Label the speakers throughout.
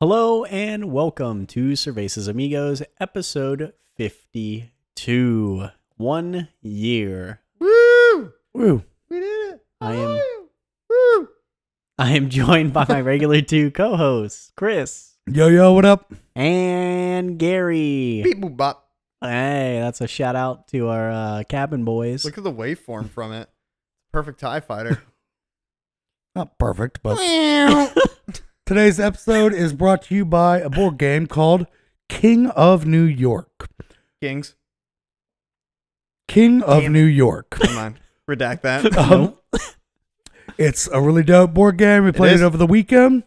Speaker 1: Hello and welcome to Cervezas Amigos, episode 52. One year.
Speaker 2: Woo!
Speaker 1: Woo.
Speaker 2: We did it!
Speaker 1: I am-
Speaker 2: Woo! Woo!
Speaker 1: I am joined by my regular two co hosts, Chris
Speaker 3: Yo, yo, what up?
Speaker 1: and Gary.
Speaker 2: Beep boop bop.
Speaker 1: Hey, that's a shout out to our uh, cabin boys.
Speaker 2: Look at the waveform from it. Perfect TIE fighter.
Speaker 3: Not perfect, but today's episode is brought to you by a board game called King of New York.
Speaker 2: Kings.
Speaker 3: King of
Speaker 2: Damn it.
Speaker 3: New York.
Speaker 2: Never mind. Redact that.
Speaker 3: Um, it's a really dope board game. We played it,
Speaker 2: is.
Speaker 3: over the weekend.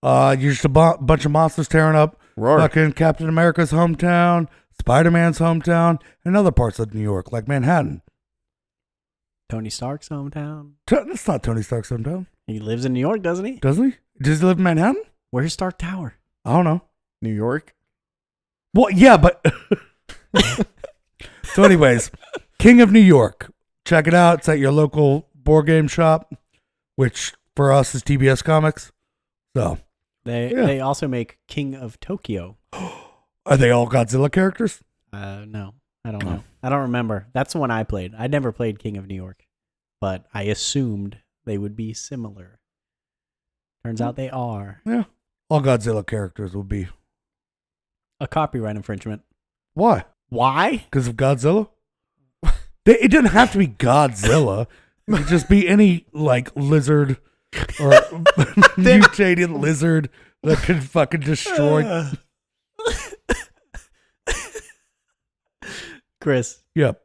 Speaker 3: Uh, you're just a bu- bunch of monsters tearing up
Speaker 2: Roar.
Speaker 3: fucking Captain America's hometown, Spider Man's hometown, and other parts of New York, like Manhattan.
Speaker 1: Tony Stark's hometown.
Speaker 3: T- that's not Tony Stark's hometown,
Speaker 1: He lives in New York, doesn't he?
Speaker 3: doesn't he? Does he live in Manhattan?
Speaker 1: Where's Stark Tower?
Speaker 3: I don't know.
Speaker 2: New York.
Speaker 3: Well, yeah, but so, anyways, King of New York. Check it out. It's at your local board game shop, which for us is TBS Comics. So,
Speaker 1: They
Speaker 3: Yeah.
Speaker 1: they also make King of Tokyo.
Speaker 3: are they all Godzilla characters?
Speaker 1: Uh, no, I don't
Speaker 3: Oh.
Speaker 1: know. I don't remember. That's the one I played. I never played King of New York, but I assumed they would be similar. Turns out they are
Speaker 3: Yeah, all Godzilla characters would be.
Speaker 1: a copyright infringement.
Speaker 3: Why?
Speaker 1: Why?
Speaker 3: Because of Godzilla. They, it didn't have to be Godzilla. It could just be any like lizard or mutated lizard that could fucking destroy.
Speaker 1: Chris,
Speaker 3: Yep,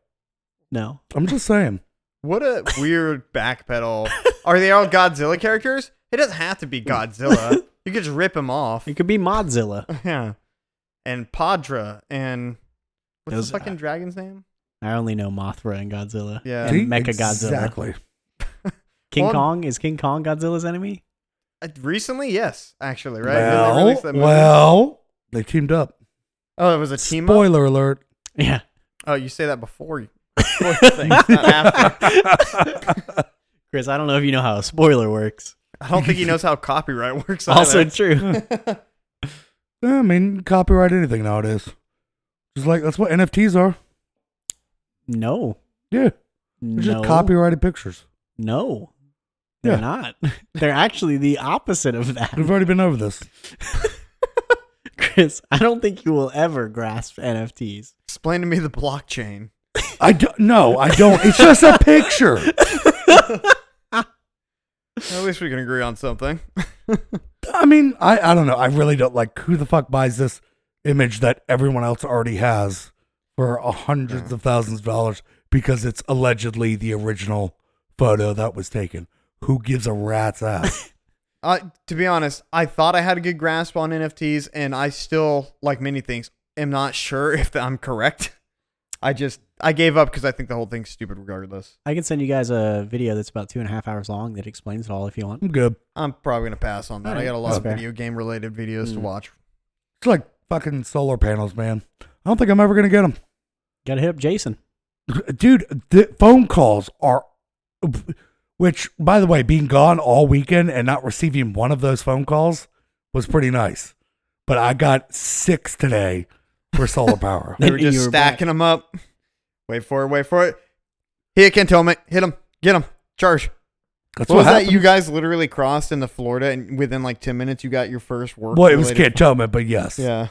Speaker 1: no.
Speaker 3: I'm just saying.
Speaker 2: What a weird backpedal. Are they all Godzilla characters? It doesn't have to be Godzilla. You could just rip him off.
Speaker 1: It could be Modzilla.
Speaker 2: Yeah. And Padra and what's
Speaker 1: Those- uh,
Speaker 2: the fucking dragon's name?
Speaker 1: I only know Mothra and Godzilla.
Speaker 2: Yeah.
Speaker 1: And
Speaker 3: See?
Speaker 1: Mecha Godzilla.
Speaker 3: Exactly.
Speaker 1: King
Speaker 2: Well,
Speaker 1: Kong? Is King Kong Godzilla's enemy?
Speaker 2: Uh, Recently, yes, actually, right? Didn't they
Speaker 3: Well,
Speaker 2: release that movie?
Speaker 3: well, they teamed up.
Speaker 2: oh, it was a team up.
Speaker 3: Spoiler alert.
Speaker 1: Yeah.
Speaker 2: Oh, you say that before you before things, not after.
Speaker 1: Chris, I don't know if you know how a spoiler works.
Speaker 2: I don't think he knows how copyright works.
Speaker 1: Also
Speaker 2: either.
Speaker 1: true.
Speaker 3: Yeah, I mean, copyright anything nowadays. Just like that's what NFTs are.
Speaker 1: No.
Speaker 3: Yeah,
Speaker 1: No.
Speaker 3: they're just copyrighted pictures.
Speaker 1: No. They're
Speaker 3: Yeah.
Speaker 1: not. They're actually the opposite of that.
Speaker 3: We've already been over this.
Speaker 1: Chris, I don't think you will ever grasp NFTs.
Speaker 2: Explain to me the blockchain.
Speaker 3: I don't. No, I don't. It's just a picture.
Speaker 2: At least we can agree on something.
Speaker 3: I mean, I I don't know. I really don't like who the fuck buys this image that everyone else already has for a hundreds of thousands of dollars because it's allegedly the original photo that was taken. Who gives a rat's ass?
Speaker 2: Uh, to be honest, I thought I had a good grasp on NFTs, and I still, like many things, am not sure if I'm correct. I just I gave up because I think the whole thing's stupid regardless.
Speaker 1: I can send you guys a video that's about two and a half hours long that explains it all if you want.
Speaker 3: I'm good.
Speaker 2: I'm probably gonna pass on that. I got a lot
Speaker 1: That's
Speaker 2: of
Speaker 1: fair.
Speaker 2: video game related videos to
Speaker 1: Mm.
Speaker 2: watch.
Speaker 3: It's like fucking solar panels, man. I don't think I'm ever gonna get them,
Speaker 1: Gotta hit up Jason.
Speaker 3: dude. The phone calls are, which by the way, being gone all weekend and not receiving one of those phone calls was pretty nice. But I got six today for solar power.
Speaker 2: They
Speaker 1: And
Speaker 2: were just
Speaker 1: you were back.
Speaker 2: stacking them up. Wait for it. Wait for it. Here, Kentome, hit him. Get him. Charge.
Speaker 3: That's
Speaker 2: What
Speaker 3: what,
Speaker 2: was that?
Speaker 3: happened.
Speaker 2: You guys literally crossed into Florida, and within like ten minutes, you got your first work.
Speaker 3: Boy, it was
Speaker 2: related-
Speaker 3: Kid Tillman, but yes.
Speaker 2: Yeah.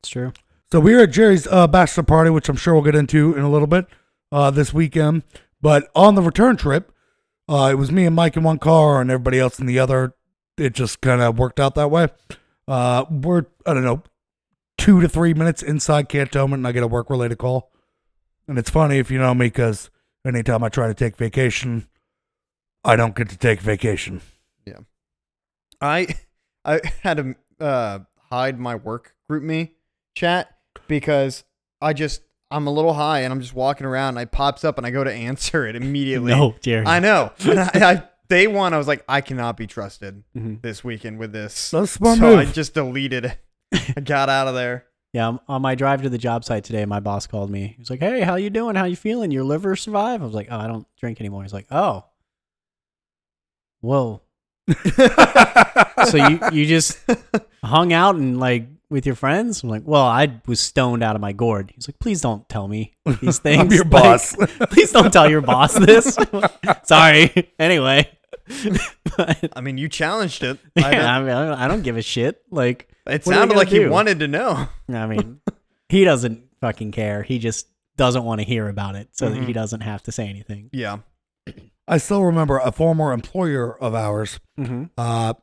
Speaker 1: It's true.
Speaker 3: So we were at Jerry's uh, bachelor party, which I'm sure we'll get into in a little bit uh, this weekend. But on the return trip, uh, it was me and Mike in one car and everybody else in the other. It just kind of worked out that way. Uh, we're I don't know two to three minutes inside Cantonment, and I get a work related call. And it's funny if you know me, because anytime I try to take vacation, I don't get to take vacation.
Speaker 2: I I had to uh, hide my work group me chat because I just I'm a little high and I'm just walking around and I pops up and I go to answer it immediately.
Speaker 1: No, Oh, Jerry.
Speaker 2: I know. And I, I, day one, I was like, I cannot be trusted
Speaker 1: Mhm.
Speaker 2: this weekend with this.
Speaker 3: That's a smart
Speaker 2: so I
Speaker 3: move.
Speaker 2: just deleted it. I got out of there.
Speaker 1: Yeah, I'm- on my drive to the job site today, my boss called me. He was like, "Hey, how you doing? How you feeling? Your liver survive?" I was like, "Oh, I don't drink anymore." He's like, "Oh, whoa, so you you just hung out and like with your friends. I'm like, well, I was stoned out of my gourd. He's like, please don't tell me these things.
Speaker 3: I'm your
Speaker 1: Like,
Speaker 3: boss.
Speaker 1: please don't tell your boss this. Sorry. Anyway, But,
Speaker 2: I mean, you challenged it.
Speaker 1: yeah,
Speaker 2: I don't-
Speaker 1: I, mean, I don't, I don't give a shit. Like,
Speaker 2: it
Speaker 1: what are you
Speaker 2: sounded
Speaker 1: gonna
Speaker 2: like he
Speaker 1: do?
Speaker 2: wanted to know.
Speaker 1: I mean, he doesn't fucking care. He just doesn't want to hear about it, so that he
Speaker 2: Mhm.
Speaker 1: doesn't have to say anything.
Speaker 2: Yeah.
Speaker 3: I still remember a former employer of ours
Speaker 1: Mm-hmm.
Speaker 3: uh,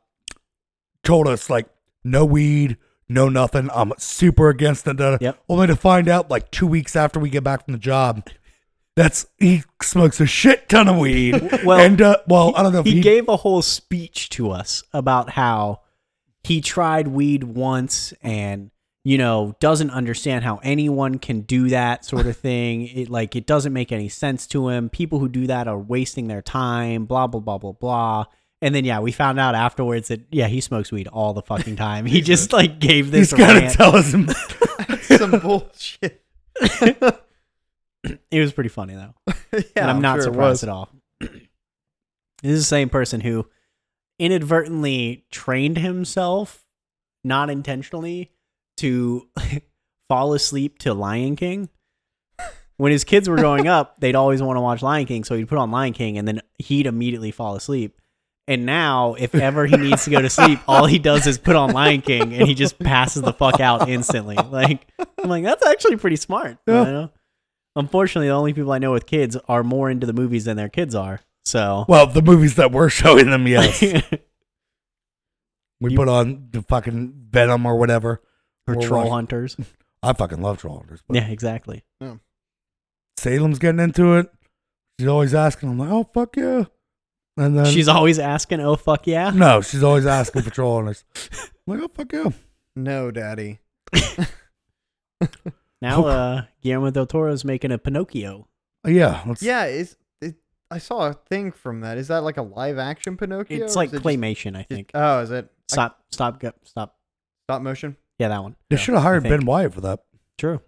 Speaker 3: told us like no weed, no nothing. I'm super against it. da- da-
Speaker 1: Yep.
Speaker 3: Only to find out like two weeks after we get back from the job, that's he smokes a shit ton of weed.
Speaker 1: Well,
Speaker 3: and uh, well, I don't know. If
Speaker 1: he,
Speaker 3: he,
Speaker 1: gave a whole speech to us about how he tried weed once and you know doesn't understand how anyone can do that sort of thing it like it doesn't make any sense to him people who do that are wasting their time blah blah blah blah blah and then yeah we found out afterwards that yeah he smokes weed all the fucking time he just like gave this
Speaker 3: he's got to
Speaker 1: rant.
Speaker 3: tell us. him-
Speaker 2: Some bullshit.
Speaker 1: it was pretty funny though
Speaker 2: Yeah,
Speaker 1: and I'm, not
Speaker 2: sure it was.
Speaker 1: surprised at all. this is the same person who inadvertently trained himself, not intentionally, to fall asleep to Lion King. When his kids were growing up, they'd always want to watch Lion King, so he'd put on Lion King and then he'd immediately fall asleep. And now, if ever he needs to go to sleep, all he does is put on Lion King and he just passes the fuck out instantly. Like, I'm like, that's actually pretty smart. you
Speaker 3: Yeah.
Speaker 1: know? Unfortunately, the only people I know with kids are more into the movies than their kids are. So,
Speaker 3: well, the movies that we're showing them, yes,
Speaker 1: or
Speaker 3: we
Speaker 1: You-
Speaker 3: put on the fucking Venom or whatever. We're
Speaker 1: troll
Speaker 3: watching-
Speaker 1: hunters.
Speaker 3: I fucking love troll hunters. But
Speaker 1: Yeah, exactly.
Speaker 3: Salem's getting into it. She's always asking. I'm like, oh fuck yeah. And then
Speaker 1: She's always asking, "Oh fuck yeah!"
Speaker 3: No, she's always asking for troll hunters. I'm like, oh fuck yeah.
Speaker 2: No, daddy.
Speaker 1: Now, uh, Guillermo del Toro's making a Pinocchio.
Speaker 3: Oh, Yeah. Let's,
Speaker 2: Yeah, is it, I saw a thing from that. Is that like a live action Pinocchio?
Speaker 1: It's
Speaker 2: or
Speaker 1: like
Speaker 2: is it just-
Speaker 1: claymation, I
Speaker 2: just-
Speaker 1: think.
Speaker 2: oh, is it I-
Speaker 1: Stop, stop, go, stop.
Speaker 2: stop motion?
Speaker 1: Yeah, that one.
Speaker 3: They should have hired
Speaker 1: I think.
Speaker 3: Ben Wyatt for that.
Speaker 1: True.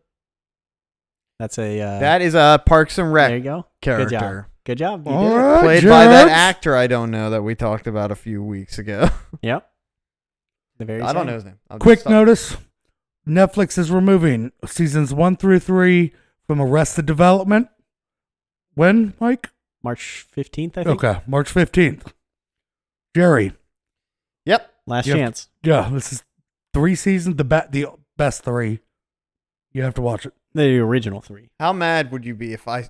Speaker 1: That's a uh,
Speaker 2: that is a Parks and
Speaker 1: There you
Speaker 2: Rec
Speaker 1: go. Good job.
Speaker 2: character
Speaker 1: Good job. You
Speaker 3: All
Speaker 1: did it.
Speaker 3: right,
Speaker 2: played by that
Speaker 3: Jax.
Speaker 2: actor I don't know that we talked about a few weeks ago.
Speaker 1: Yep. The very.
Speaker 2: I don't
Speaker 1: same.
Speaker 2: know his name. I'll just
Speaker 3: Quick
Speaker 2: stop.
Speaker 3: notice: Netflix is removing seasons one through three from Arrested Development. When, Mike?
Speaker 1: March fifteenth, I think.
Speaker 3: Okay, March fifteenth. Jerry,
Speaker 2: Yep.
Speaker 1: Last
Speaker 3: You have
Speaker 1: chance.
Speaker 3: yeah, this is three seasons, the be- the best three. You have to watch it.
Speaker 1: The original three.
Speaker 2: How mad would you be if I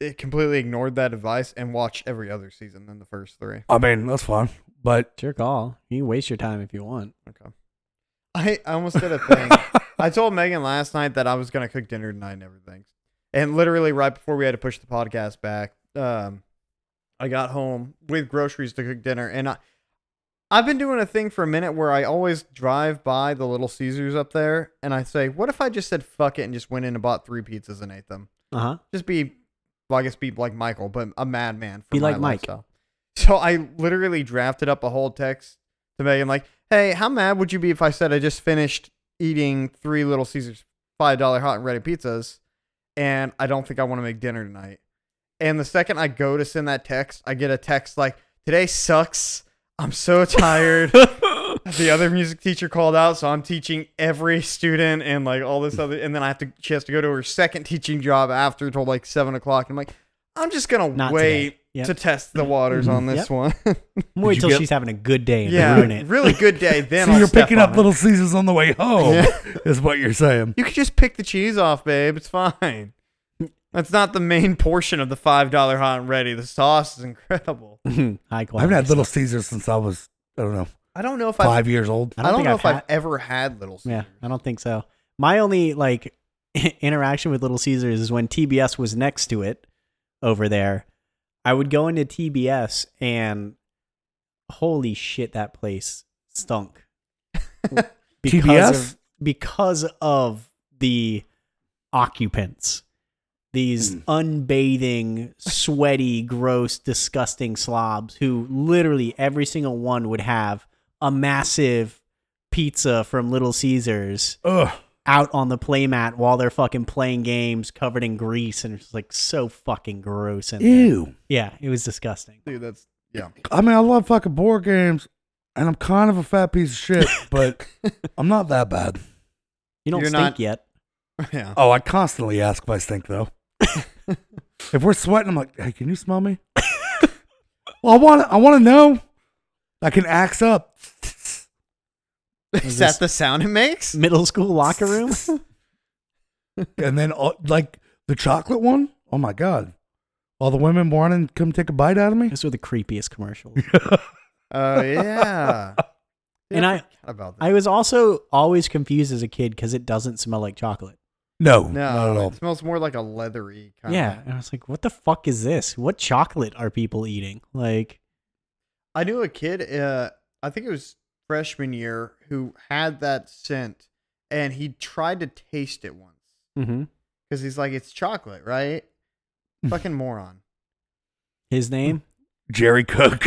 Speaker 2: eh, completely ignored that advice and watched every other season than the first three?
Speaker 3: I mean, that's fine, but
Speaker 1: It's your call. You can waste your time if you want.
Speaker 2: Okay. I, I almost did a thing. I told Megan last night that I was gonna cook dinner tonight and everything, and literally right before we had to push the podcast back, um, I got home with groceries to cook dinner, and I, I've been doing a thing for a minute where I always drive by the Little Caesars up there, and I say, what if I just said fuck it and just went in and bought three pizzas and ate them?
Speaker 1: Uh huh.
Speaker 2: Just be, well, I guess be like Michael, but a madman. For
Speaker 1: Be
Speaker 2: my
Speaker 1: like Mike.
Speaker 2: lifestyle. So I literally drafted up a whole text to Megan, like, "Hey, how mad would you be if I said I just finished eating three Little Caesars five dollar hot and ready pizzas, and I don't think I want to make dinner tonight?" And the second I go to send that text, I get a text like, "Today sucks. I'm so tired." the other music teacher called out, so I'm teaching every student and like all this other, and then I have to she has to go to her second teaching job after till like seven o'clock. I'm like, I'm just gonna
Speaker 1: Not
Speaker 2: wait
Speaker 1: today. Yep.
Speaker 2: to test the waters on this
Speaker 1: Yep.
Speaker 2: one.
Speaker 1: I'm wait
Speaker 3: you
Speaker 1: till
Speaker 3: get-
Speaker 1: she's having a good day and
Speaker 2: yeah,
Speaker 1: ruin it.
Speaker 2: really good day. Then
Speaker 3: so
Speaker 2: I'll
Speaker 3: you're
Speaker 2: step
Speaker 3: picking
Speaker 2: on
Speaker 3: up
Speaker 2: it.
Speaker 3: Little Seasons on the way home, is what you're saying.
Speaker 2: You could just pick the cheese off, babe. It's fine. That's not the main portion of the five dollar hot and ready. The sauce is incredible.
Speaker 1: High quality.
Speaker 3: I haven't had
Speaker 1: stuff.
Speaker 3: Little Caesars since I was, I don't know,
Speaker 2: I don't know if I've,
Speaker 3: five years old.
Speaker 2: I don't,
Speaker 1: think
Speaker 2: know
Speaker 1: I've
Speaker 2: if
Speaker 1: had,
Speaker 2: I've ever had Little Caesars.
Speaker 1: Yeah, I don't think so. My only like interaction with Little Caesars is when TBS was next to it over there. I would go into TBS and holy shit, that place stunk.
Speaker 3: TBS?
Speaker 1: of because of the occupants. These unbathing, sweaty, gross, disgusting slobs who literally every single one would have a massive pizza from Little Caesars
Speaker 3: Ugh.
Speaker 1: out on the playmat while they're fucking playing games covered in grease and it's like so fucking gross and
Speaker 3: Ew.
Speaker 1: yeah, it was disgusting.
Speaker 2: Dude, that's Yeah.
Speaker 3: I mean, I love fucking board games, and I'm kind of a fat piece of shit, but I'm not that bad.
Speaker 1: You don't
Speaker 2: You're
Speaker 1: stink
Speaker 2: not-
Speaker 1: yet.
Speaker 2: Yeah.
Speaker 3: Oh, I constantly ask if I stink though. if we're sweating, I'm like, "Hey, can you smell me?" well, I want to. I want to know. I can axe up.
Speaker 2: Is that the sound it makes?
Speaker 1: Middle school locker room.
Speaker 3: and then all, like the chocolate one. Oh my god! All the women wanting to come take a bite out of me.
Speaker 1: Those were the creepiest commercials.
Speaker 2: Oh yeah.
Speaker 1: And I-
Speaker 2: forgot about that.
Speaker 1: I was also always confused as a kid because it doesn't smell like chocolate.
Speaker 3: No,
Speaker 2: no,
Speaker 3: not at all.
Speaker 2: it smells more like a leathery kind.
Speaker 1: Yeah, and I was like, "What the fuck is this? What chocolate are people eating?" Like,
Speaker 2: I knew a kid. Uh, I think it was freshman year who had that scent, and he tried to taste it once Mm-hmm. because he's like, "It's chocolate, right?" Fucking moron.
Speaker 1: his name.
Speaker 3: Jerry Cook.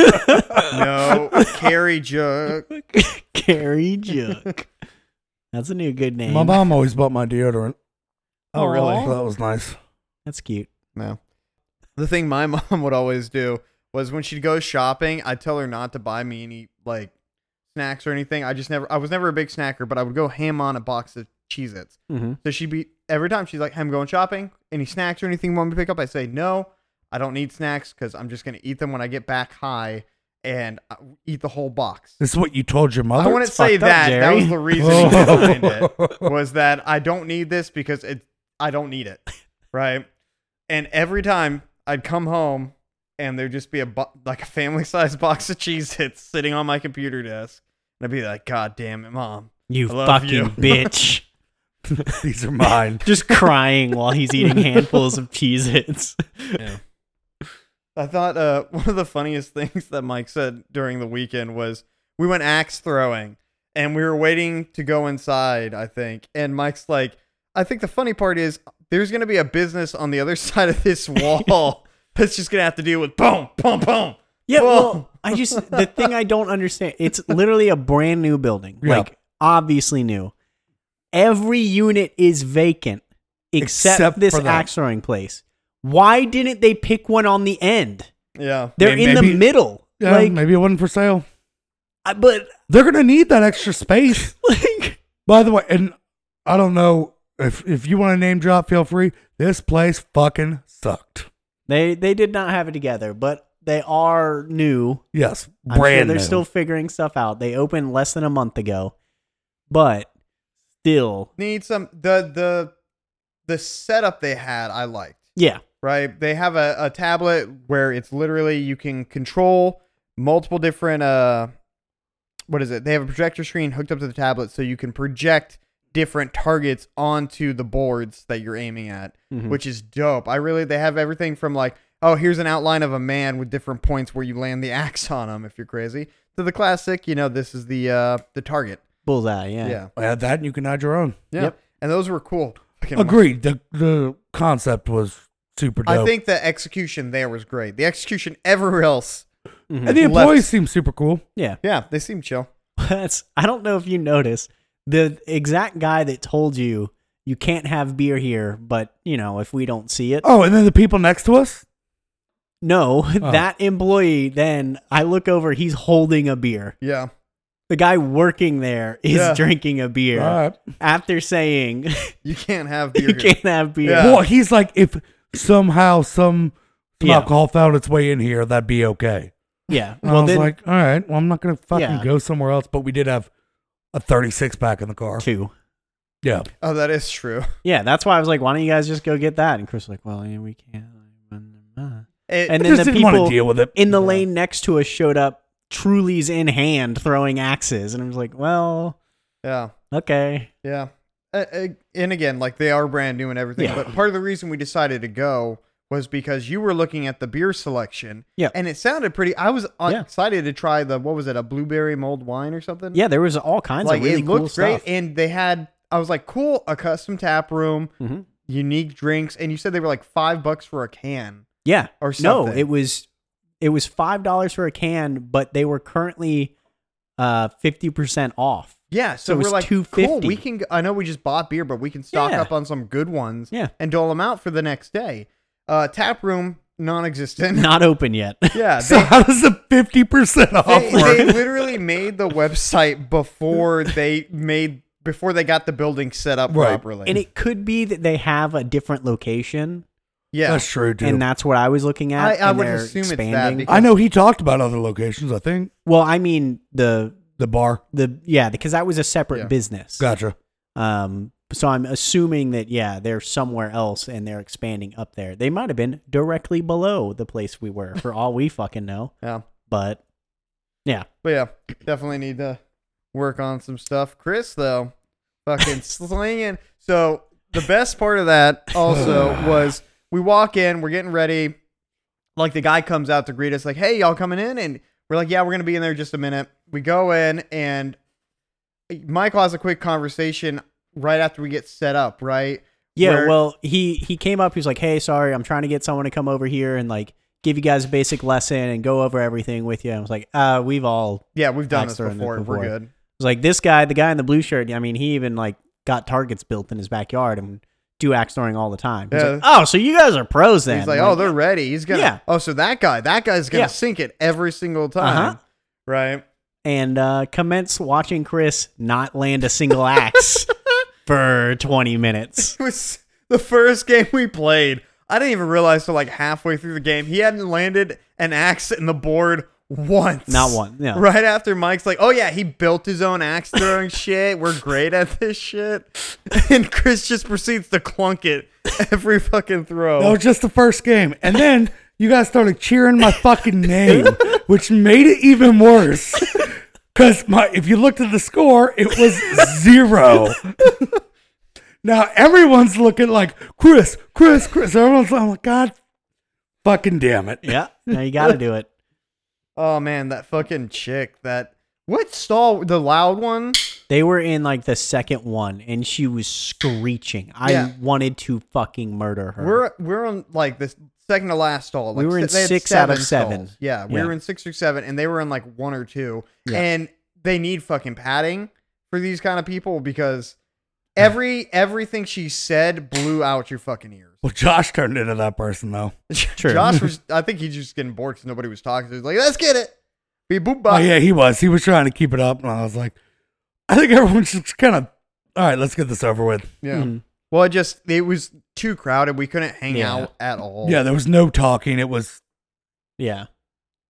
Speaker 2: No, carry jug.
Speaker 1: Carrie Juck. That's a new good name.
Speaker 3: my mom always bought my deodorant.
Speaker 2: Oh, really?
Speaker 3: So that was nice.
Speaker 1: That's cute.
Speaker 2: No. The thing my mom would always do was when she'd go shopping, I'd tell her not to buy me any like snacks or anything. I just never I was never a big snacker, but I would go ham on a box of Cheez Its.
Speaker 1: Mm-hmm.
Speaker 2: So she'd be every time she's like, hey, I'm going shopping. Any snacks or anything you want me to pick up? I say no. I don't need snacks because I'm just gonna eat them when I get back high and uh, eat the whole box.
Speaker 3: This is what you told your mother.
Speaker 2: I wouldn't
Speaker 1: it's
Speaker 2: say
Speaker 1: fucked up,
Speaker 2: that. that
Speaker 1: Jerry.
Speaker 2: was the reason behind it was that I don't need this because it I don't need it, right? And every time I'd come home and there'd just be a bo- like a family sized box of Cheez Its sitting on my computer desk, and I'd be like, "God damn it, mom!"
Speaker 1: You
Speaker 2: I love
Speaker 1: fucking
Speaker 2: you.
Speaker 1: bitch.
Speaker 3: These are mine.
Speaker 1: Just crying while he's eating handfuls of Cheez Its.
Speaker 2: I thought uh, one of the funniest things that Mike said during the weekend was we went axe throwing and we were waiting to go inside, I think. And Mike's like, I think the funny part is there's going to be a business on the other side of this wall that's just going to have to deal with boom, boom, boom.
Speaker 1: Yeah,
Speaker 2: Whoa.
Speaker 1: well, I just the thing I don't understand. It's literally a brand new building,
Speaker 3: Yeah.
Speaker 1: like obviously new. Every unit is vacant except,
Speaker 3: Except
Speaker 1: this
Speaker 3: for that.
Speaker 1: axe throwing place. Why didn't they pick one on the end?
Speaker 2: Yeah.
Speaker 1: They're
Speaker 3: May-
Speaker 1: in the
Speaker 3: maybe-
Speaker 1: middle,
Speaker 3: Yeah,
Speaker 1: like,
Speaker 3: maybe it wasn't for sale.
Speaker 1: I- but
Speaker 3: They're gonna need that extra space.
Speaker 1: like,
Speaker 3: By the way, and I don't know if if you want to name drop, feel free. This place fucking sucked.
Speaker 1: they they did not have it together. But they are new.
Speaker 3: Yes,
Speaker 1: I'm sure
Speaker 3: brand
Speaker 1: they're
Speaker 3: new.
Speaker 1: still figuring stuff out. They opened less than a month ago, but still,
Speaker 2: Need some, the, the, the setup they had, I liked.
Speaker 1: yeah,
Speaker 2: right? They have a, a tablet where it's literally you can control multiple different uh what is it? They have a projector screen hooked up to the tablet so you can project different targets onto the boards that you're aiming at,
Speaker 3: Mm-hmm.
Speaker 1: Mhm.
Speaker 2: which is dope. I really they have everything from like, oh, here's an outline of a man with different points where you land the axe on him if you're crazy, to the classic, you know, this is the uh the target.
Speaker 1: bullseye. Yeah,
Speaker 2: Yeah.
Speaker 3: add that, and you can add your own.
Speaker 2: Yeah.
Speaker 1: Yep.
Speaker 2: And those were cool. Fucking
Speaker 3: Agreed. The the concept was super dope.
Speaker 2: I think the execution there was great. The execution everywhere else
Speaker 1: Mhm.
Speaker 3: and the
Speaker 2: left-
Speaker 3: employees seem super cool.
Speaker 1: yeah.
Speaker 2: Yeah, they seem chill.
Speaker 1: That's I don't know if you noticed the exact guy that told you you can't have beer here, but you know if we don't see it,
Speaker 3: Oh, and then the people next to us.
Speaker 1: no,
Speaker 3: Oh.
Speaker 1: that employee. Then I look over, he's holding a beer.
Speaker 2: Yeah.
Speaker 1: The guy working there is
Speaker 2: Yeah.
Speaker 1: drinking a beer
Speaker 3: All right.
Speaker 1: after saying
Speaker 2: You can't have beer.
Speaker 1: you
Speaker 2: here.
Speaker 1: can't have beer.
Speaker 2: Yeah.
Speaker 3: Well, he's like, if somehow some, some
Speaker 1: Yeah.
Speaker 3: alcohol found its way in here, that'd be okay.
Speaker 1: Yeah,
Speaker 3: And I
Speaker 1: well
Speaker 3: was
Speaker 1: then
Speaker 3: like, all right, well, I'm not going to fucking
Speaker 1: Yeah.
Speaker 3: go somewhere else. But we did have a 36 pack in the car.
Speaker 1: two.
Speaker 3: Yeah.
Speaker 2: Oh, that is true.
Speaker 1: Yeah, that's why I was like, why don't you guys just go get that? And Chris was like, well, yeah, we can't.
Speaker 2: It-
Speaker 1: And
Speaker 3: I
Speaker 1: then
Speaker 3: just
Speaker 1: the
Speaker 3: didn't want to
Speaker 1: people
Speaker 3: deal with it.
Speaker 1: in the
Speaker 2: Yeah.
Speaker 1: lane next to us showed up, Truly's in hand, throwing axes, and I was like, well,
Speaker 2: yeah,
Speaker 1: okay.
Speaker 2: yeah. Uh, uh, and again, like they are brand new and everything,
Speaker 1: Yeah.
Speaker 2: but part of the reason we decided to go was because you were looking at the beer selection.
Speaker 1: Yeah.
Speaker 2: And it sounded pretty. I was uh,
Speaker 1: Yeah.
Speaker 2: excited to try the what was it, a blueberry mulled wine or something?
Speaker 1: Yeah, there was all kinds
Speaker 2: like
Speaker 1: of really
Speaker 2: it
Speaker 1: cool
Speaker 2: looked great,
Speaker 1: stuff.
Speaker 2: and they had. I was like, cool, a custom tap room,
Speaker 1: Mhm.
Speaker 2: unique drinks, and you said they were like five bucks for a can.
Speaker 1: yeah,
Speaker 2: or
Speaker 1: no,
Speaker 2: something.
Speaker 1: it was it was five dollars for a can, but they were currently uh fifty percent off.
Speaker 2: Yeah,
Speaker 1: it
Speaker 2: so,
Speaker 1: was
Speaker 2: we're like, cool.
Speaker 1: $2.50.
Speaker 2: We can. I know we just bought beer, but we can stock
Speaker 1: Yeah.
Speaker 2: up on some good ones.
Speaker 1: Yeah.
Speaker 2: and dole them out for the next day. Uh, tap room non-existent.
Speaker 1: Not open yet.
Speaker 2: Yeah,
Speaker 3: So
Speaker 2: they,
Speaker 3: how does the fifty percent off
Speaker 2: they,
Speaker 3: work?
Speaker 2: they literally made the website before they made before they got the building set up
Speaker 3: Right.
Speaker 2: properly.
Speaker 1: and it could be that they have a different location,
Speaker 2: yeah,
Speaker 3: That's true, dude.
Speaker 1: and that's what I was looking at.
Speaker 2: I- I
Speaker 1: and
Speaker 2: would
Speaker 1: they're
Speaker 2: assume it's that because-
Speaker 3: I know he talked about other locations. I think
Speaker 1: well, I mean the
Speaker 3: the bar.
Speaker 1: the yeah because that was a separate
Speaker 2: Yeah.
Speaker 1: business.
Speaker 3: Gotcha.
Speaker 1: Um, so I'm assuming that yeah, they're somewhere else and they're expanding up there. They might have been directly below the place we were, for all we fucking know.
Speaker 2: yeah,
Speaker 1: But yeah,
Speaker 2: but yeah, definitely need to work on some stuff. Chris though, fucking slinging. So the best part of that also was we walk in, we're getting ready. Like the guy comes out to greet us, like, "Hey, y'all coming in?" And we're like, "Yeah, we're gonna be in there just a minute." We go in, and Michael has a quick conversation right after we get set up, right?
Speaker 1: yeah.
Speaker 2: Where-
Speaker 1: Well, he he came up. He was like, "Hey, sorry, I'm trying to get someone to come over here and like give you guys a basic lesson and go over everything with you." I was like, "Uh, we've all." I
Speaker 2: Yeah, we've done
Speaker 1: Axe
Speaker 2: this
Speaker 1: throwing it
Speaker 2: before. We're
Speaker 1: before.
Speaker 2: good.
Speaker 1: was like, "This guy, the guy in the blue shirt. I mean, he even like got targets built in his backyard and do axe throwing all the time." He's
Speaker 2: Yeah.
Speaker 1: like, "Oh, so you guys are pros then?"
Speaker 2: He's like,
Speaker 1: I'm
Speaker 2: oh, they're ready. He's gonna.
Speaker 1: Yeah.
Speaker 2: Oh, so that guy, that guy's gonna
Speaker 1: Yeah.
Speaker 2: sink it every single time,
Speaker 1: Uh-huh.
Speaker 2: right?
Speaker 1: and uh, commence watching Chris not land a single axe for 20 minutes.
Speaker 2: It was the first game we played. I didn't even realize till like halfway through the game he hadn't landed an axe in the board once.
Speaker 1: Not one, no.
Speaker 2: Right after Mike's like, oh yeah, he built his own axe throwing shit. We're great at this shit. And Chris just proceeds to clunk it every fucking throw.
Speaker 3: That was just the first game, and then you guys started cheering my fucking name, which made it even worse. Because my, if you looked at the score, it was zero. now everyone's looking like Chris, Chris, Chris. Everyone's like, oh, God, fucking damn it.
Speaker 1: Yeah, now you got to do it.
Speaker 2: oh man, that fucking chick. That what stall? The loud one.
Speaker 1: They were in like the second one, and she was screeching. I
Speaker 2: Yeah.
Speaker 1: wanted to fucking murder her.
Speaker 2: We're we're on like the second to last stall.
Speaker 1: We
Speaker 2: Like,
Speaker 1: were in
Speaker 2: se- they had
Speaker 1: six out of
Speaker 2: seven
Speaker 1: seven.
Speaker 2: stalls. Yeah, we
Speaker 1: Yeah.
Speaker 2: were in six or seven, and they were in like one or two.
Speaker 1: Yeah.
Speaker 2: And they need fucking padding for these kind of people because every everything she said blew out your fucking ears.
Speaker 3: Well, Josh turned into that person though.
Speaker 1: True.
Speaker 2: Josh was, I think he's just getting bored because nobody was talking. So he's like, "Let's get it." Be boop bop.
Speaker 3: oh yeah, he was. He was trying to keep it up, and I was like, I think everyone's just kind of. All right, let's get this over with.
Speaker 2: Yeah.
Speaker 1: Mhm.
Speaker 2: Well, it just it was too crowded. We couldn't hang
Speaker 1: Yeah.
Speaker 2: out at all.
Speaker 3: Yeah, there was no talking. It was
Speaker 1: Yeah.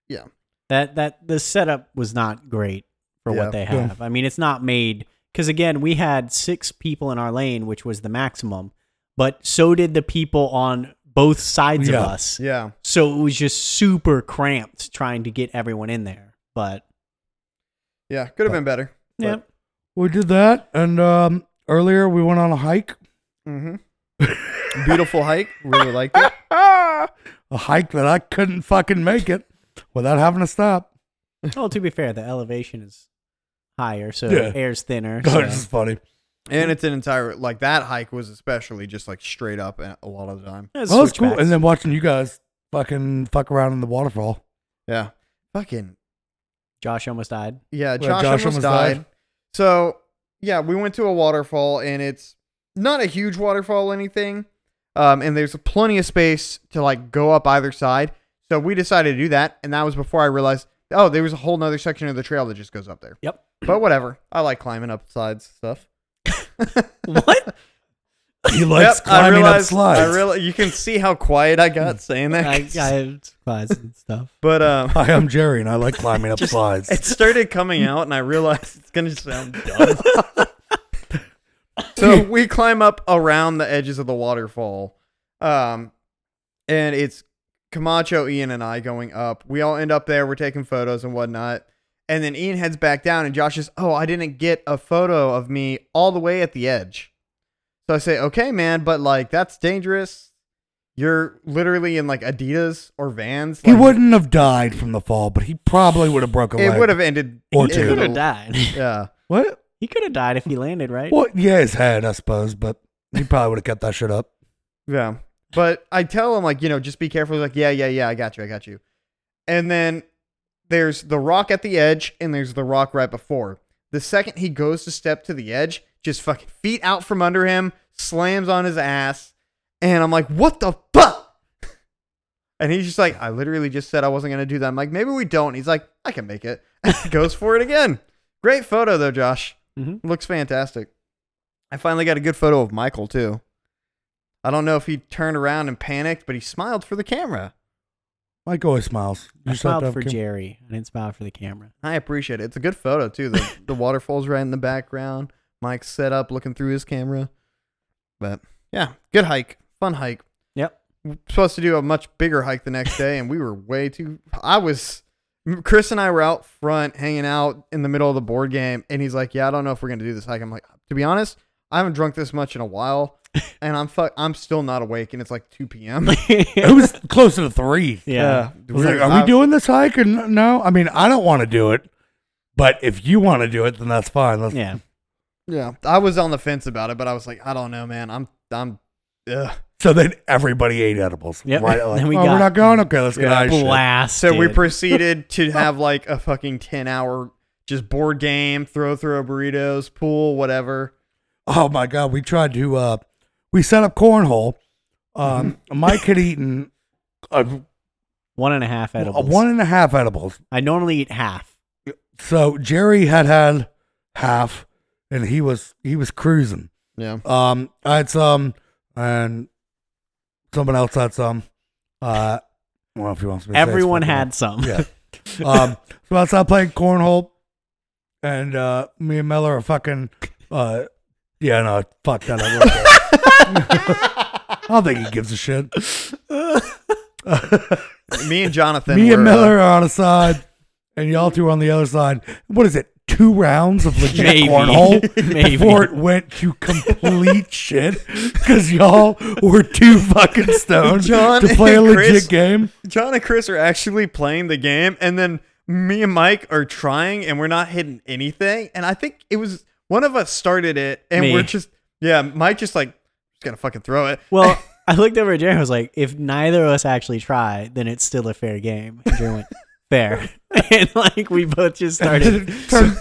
Speaker 2: Yeah.
Speaker 1: That that the setup was not great for
Speaker 2: Yeah.
Speaker 1: what they
Speaker 3: Yeah.
Speaker 1: have. I mean, it's not made because again, we had six people in our lane, which was the maximum, but so did the people on both sides
Speaker 3: Yeah.
Speaker 1: of us.
Speaker 2: Yeah.
Speaker 1: So it was just super cramped trying to get everyone in there. But
Speaker 2: Yeah. Could have been better.
Speaker 1: yeah,
Speaker 3: We did that, and um, earlier we went on a hike.
Speaker 2: Mm-hmm. Beautiful hike. Really liked it.
Speaker 3: a hike that I couldn't fucking make it without having to stop.
Speaker 1: well, to be fair, the elevation is higher, so
Speaker 3: Yeah.
Speaker 1: air's thinner.
Speaker 3: That
Speaker 1: so-
Speaker 3: was just funny.
Speaker 2: And it's an entire like that hike was especially just like straight up a a lot of the time.
Speaker 1: Yeah,
Speaker 3: That was cool.
Speaker 1: switchbacks.
Speaker 3: And then watching you guys fucking fuck around in the waterfall.
Speaker 2: Yeah. Fucking
Speaker 1: Josh almost died.
Speaker 2: yeah, Josh,
Speaker 3: Josh
Speaker 2: almost,
Speaker 3: almost
Speaker 2: died.
Speaker 3: died.
Speaker 2: So yeah, we went to a waterfall and it's not a huge waterfall or anything. Um, and there's plenty of space to like go up either side. So we decided to do that, and that was before I realized oh, there was a whole nother section of the trail that just goes up there.
Speaker 1: Yep.
Speaker 2: But whatever. I like climbing up sides and stuff.
Speaker 1: What?
Speaker 3: He likes
Speaker 2: Yep,
Speaker 3: climbing
Speaker 2: I realized,
Speaker 3: up slides.
Speaker 2: I reali- you can see how quiet I got saying that.
Speaker 1: I, I have supplies and stuff.
Speaker 2: but um
Speaker 3: Hi, I'm Jerry, and I like climbing up slides.
Speaker 2: It started coming out, and I realized it's gonna sound dumb. so we climb up around the edges of the waterfall, um, and it's Camacho, Ian, and I going up. We all end up there. We're taking photos and whatnot, and then Ian heads back down, and Josh is, "Oh, I didn't get a photo of me all the way at the edge." So I say, "Okay, man, but like that's dangerous. You're literally in like Adidas or Vans."
Speaker 3: He
Speaker 2: Like,
Speaker 3: wouldn't have died from the fall, but he probably would have broken.
Speaker 2: It would have ended.
Speaker 3: Or
Speaker 1: He
Speaker 3: two.
Speaker 1: could have died.
Speaker 2: Yeah.
Speaker 3: What?
Speaker 1: He could have died if he landed, right?
Speaker 3: Well, yeah, his head, I suppose, but he probably would have kept that shit up.
Speaker 2: Yeah. But I tell him like, you know, just be careful. He's like, yeah, yeah, yeah, I got you, I got you. And then there's the rock at the edge, and there's the rock right before. The second he goes to step to the edge, just fucking feet out from under him, slams on his ass, and I'm like, what the fuck? And he's just like, I literally just said I wasn't going to do that. I'm like, maybe we don't. He's like, I can make it. Goes for it again. Great photo, though, Josh.
Speaker 1: Mhm.
Speaker 2: Looks fantastic. I finally got a good photo of Michael, too. I don't know if he turned around and panicked, but he smiled for the camera.
Speaker 3: Mike always smiles.
Speaker 1: I
Speaker 3: just have to
Speaker 1: smiled
Speaker 3: have
Speaker 1: for
Speaker 3: cam-
Speaker 1: Jerry. I didn't smile for the camera.
Speaker 2: I appreciate it. It's a good photo, too. The, the waterfall's right in the background. Mike's set up looking through his camera. But yeah, good hike. Fun hike.
Speaker 1: Yep.
Speaker 2: supposed to do a much bigger hike the next day, and we were way too. I was. Chris and I were out front hanging out in the middle of the board game, and he's like, "Yeah, I don't know if we're gonna do this hike." I'm like, "To be honest, I haven't drunk this much in a while, and I'm fuck, I'm still not awake, and it's like 2 p.m."
Speaker 3: It was closer to three.
Speaker 1: yeah.
Speaker 3: I was like, are we doing this hike or n- no? I mean, I don't want to do it, but if you want to do it, then that's fine. Let's,
Speaker 1: Yeah.
Speaker 2: Yeah, I was on the fence about it, but I was like, "I don't know, man. I'm I'm." Ugh.
Speaker 3: So then everybody ate edibles.
Speaker 1: Yep.
Speaker 3: Right? Like,
Speaker 1: Then we
Speaker 3: oh,
Speaker 1: got
Speaker 3: we're not going. Okay, let's get
Speaker 2: Yeah.
Speaker 3: out of here.
Speaker 1: Blast.
Speaker 2: So we proceeded to have like a fucking 10 hour just board game, throw throw burritos, pool, whatever.
Speaker 3: Oh my god, we tried to. uh We set up cornhole. Um,
Speaker 1: Mm-hmm.
Speaker 3: Mike had eaten uh
Speaker 1: one and a half edibles.
Speaker 3: one and a half edibles.
Speaker 1: I normally eat half.
Speaker 3: So Jerry had had half, and he was he was cruising.
Speaker 2: Yeah.
Speaker 3: Um, I had some, and someone else had some. Uh, well, if you want to, say it's
Speaker 1: Everyone
Speaker 3: fucking-
Speaker 1: had some.
Speaker 3: Yeah. Um, so outside playing cornhole, and uh, me and Miller are fucking. Uh, yeah, no, fuck that. I, wrote that. I don't think he gives a shit.
Speaker 2: Me and Jonathan
Speaker 3: me and
Speaker 2: were, uh,
Speaker 3: Miller are on a side, and y'all two are on the other side. What is it? Two rounds of legit
Speaker 1: Maybe.
Speaker 3: cornhole
Speaker 1: Maybe.
Speaker 3: before it went to complete shit because y'all were too fucking stoned
Speaker 2: John
Speaker 3: to play a
Speaker 2: and
Speaker 3: legit
Speaker 2: Chris-
Speaker 3: game.
Speaker 2: John and Chris are actually playing the game, and then me and Mike are trying, and we're not hitting anything. And I think it was one of us started it, and
Speaker 1: Me.
Speaker 2: we're just yeah, Mike just like just gotta fucking throw it.
Speaker 1: Well, I looked over at Jerry and was like, if neither of us actually try, then it's still a fair game. And Jerry went, fair. and like we both just started.
Speaker 3: Turn,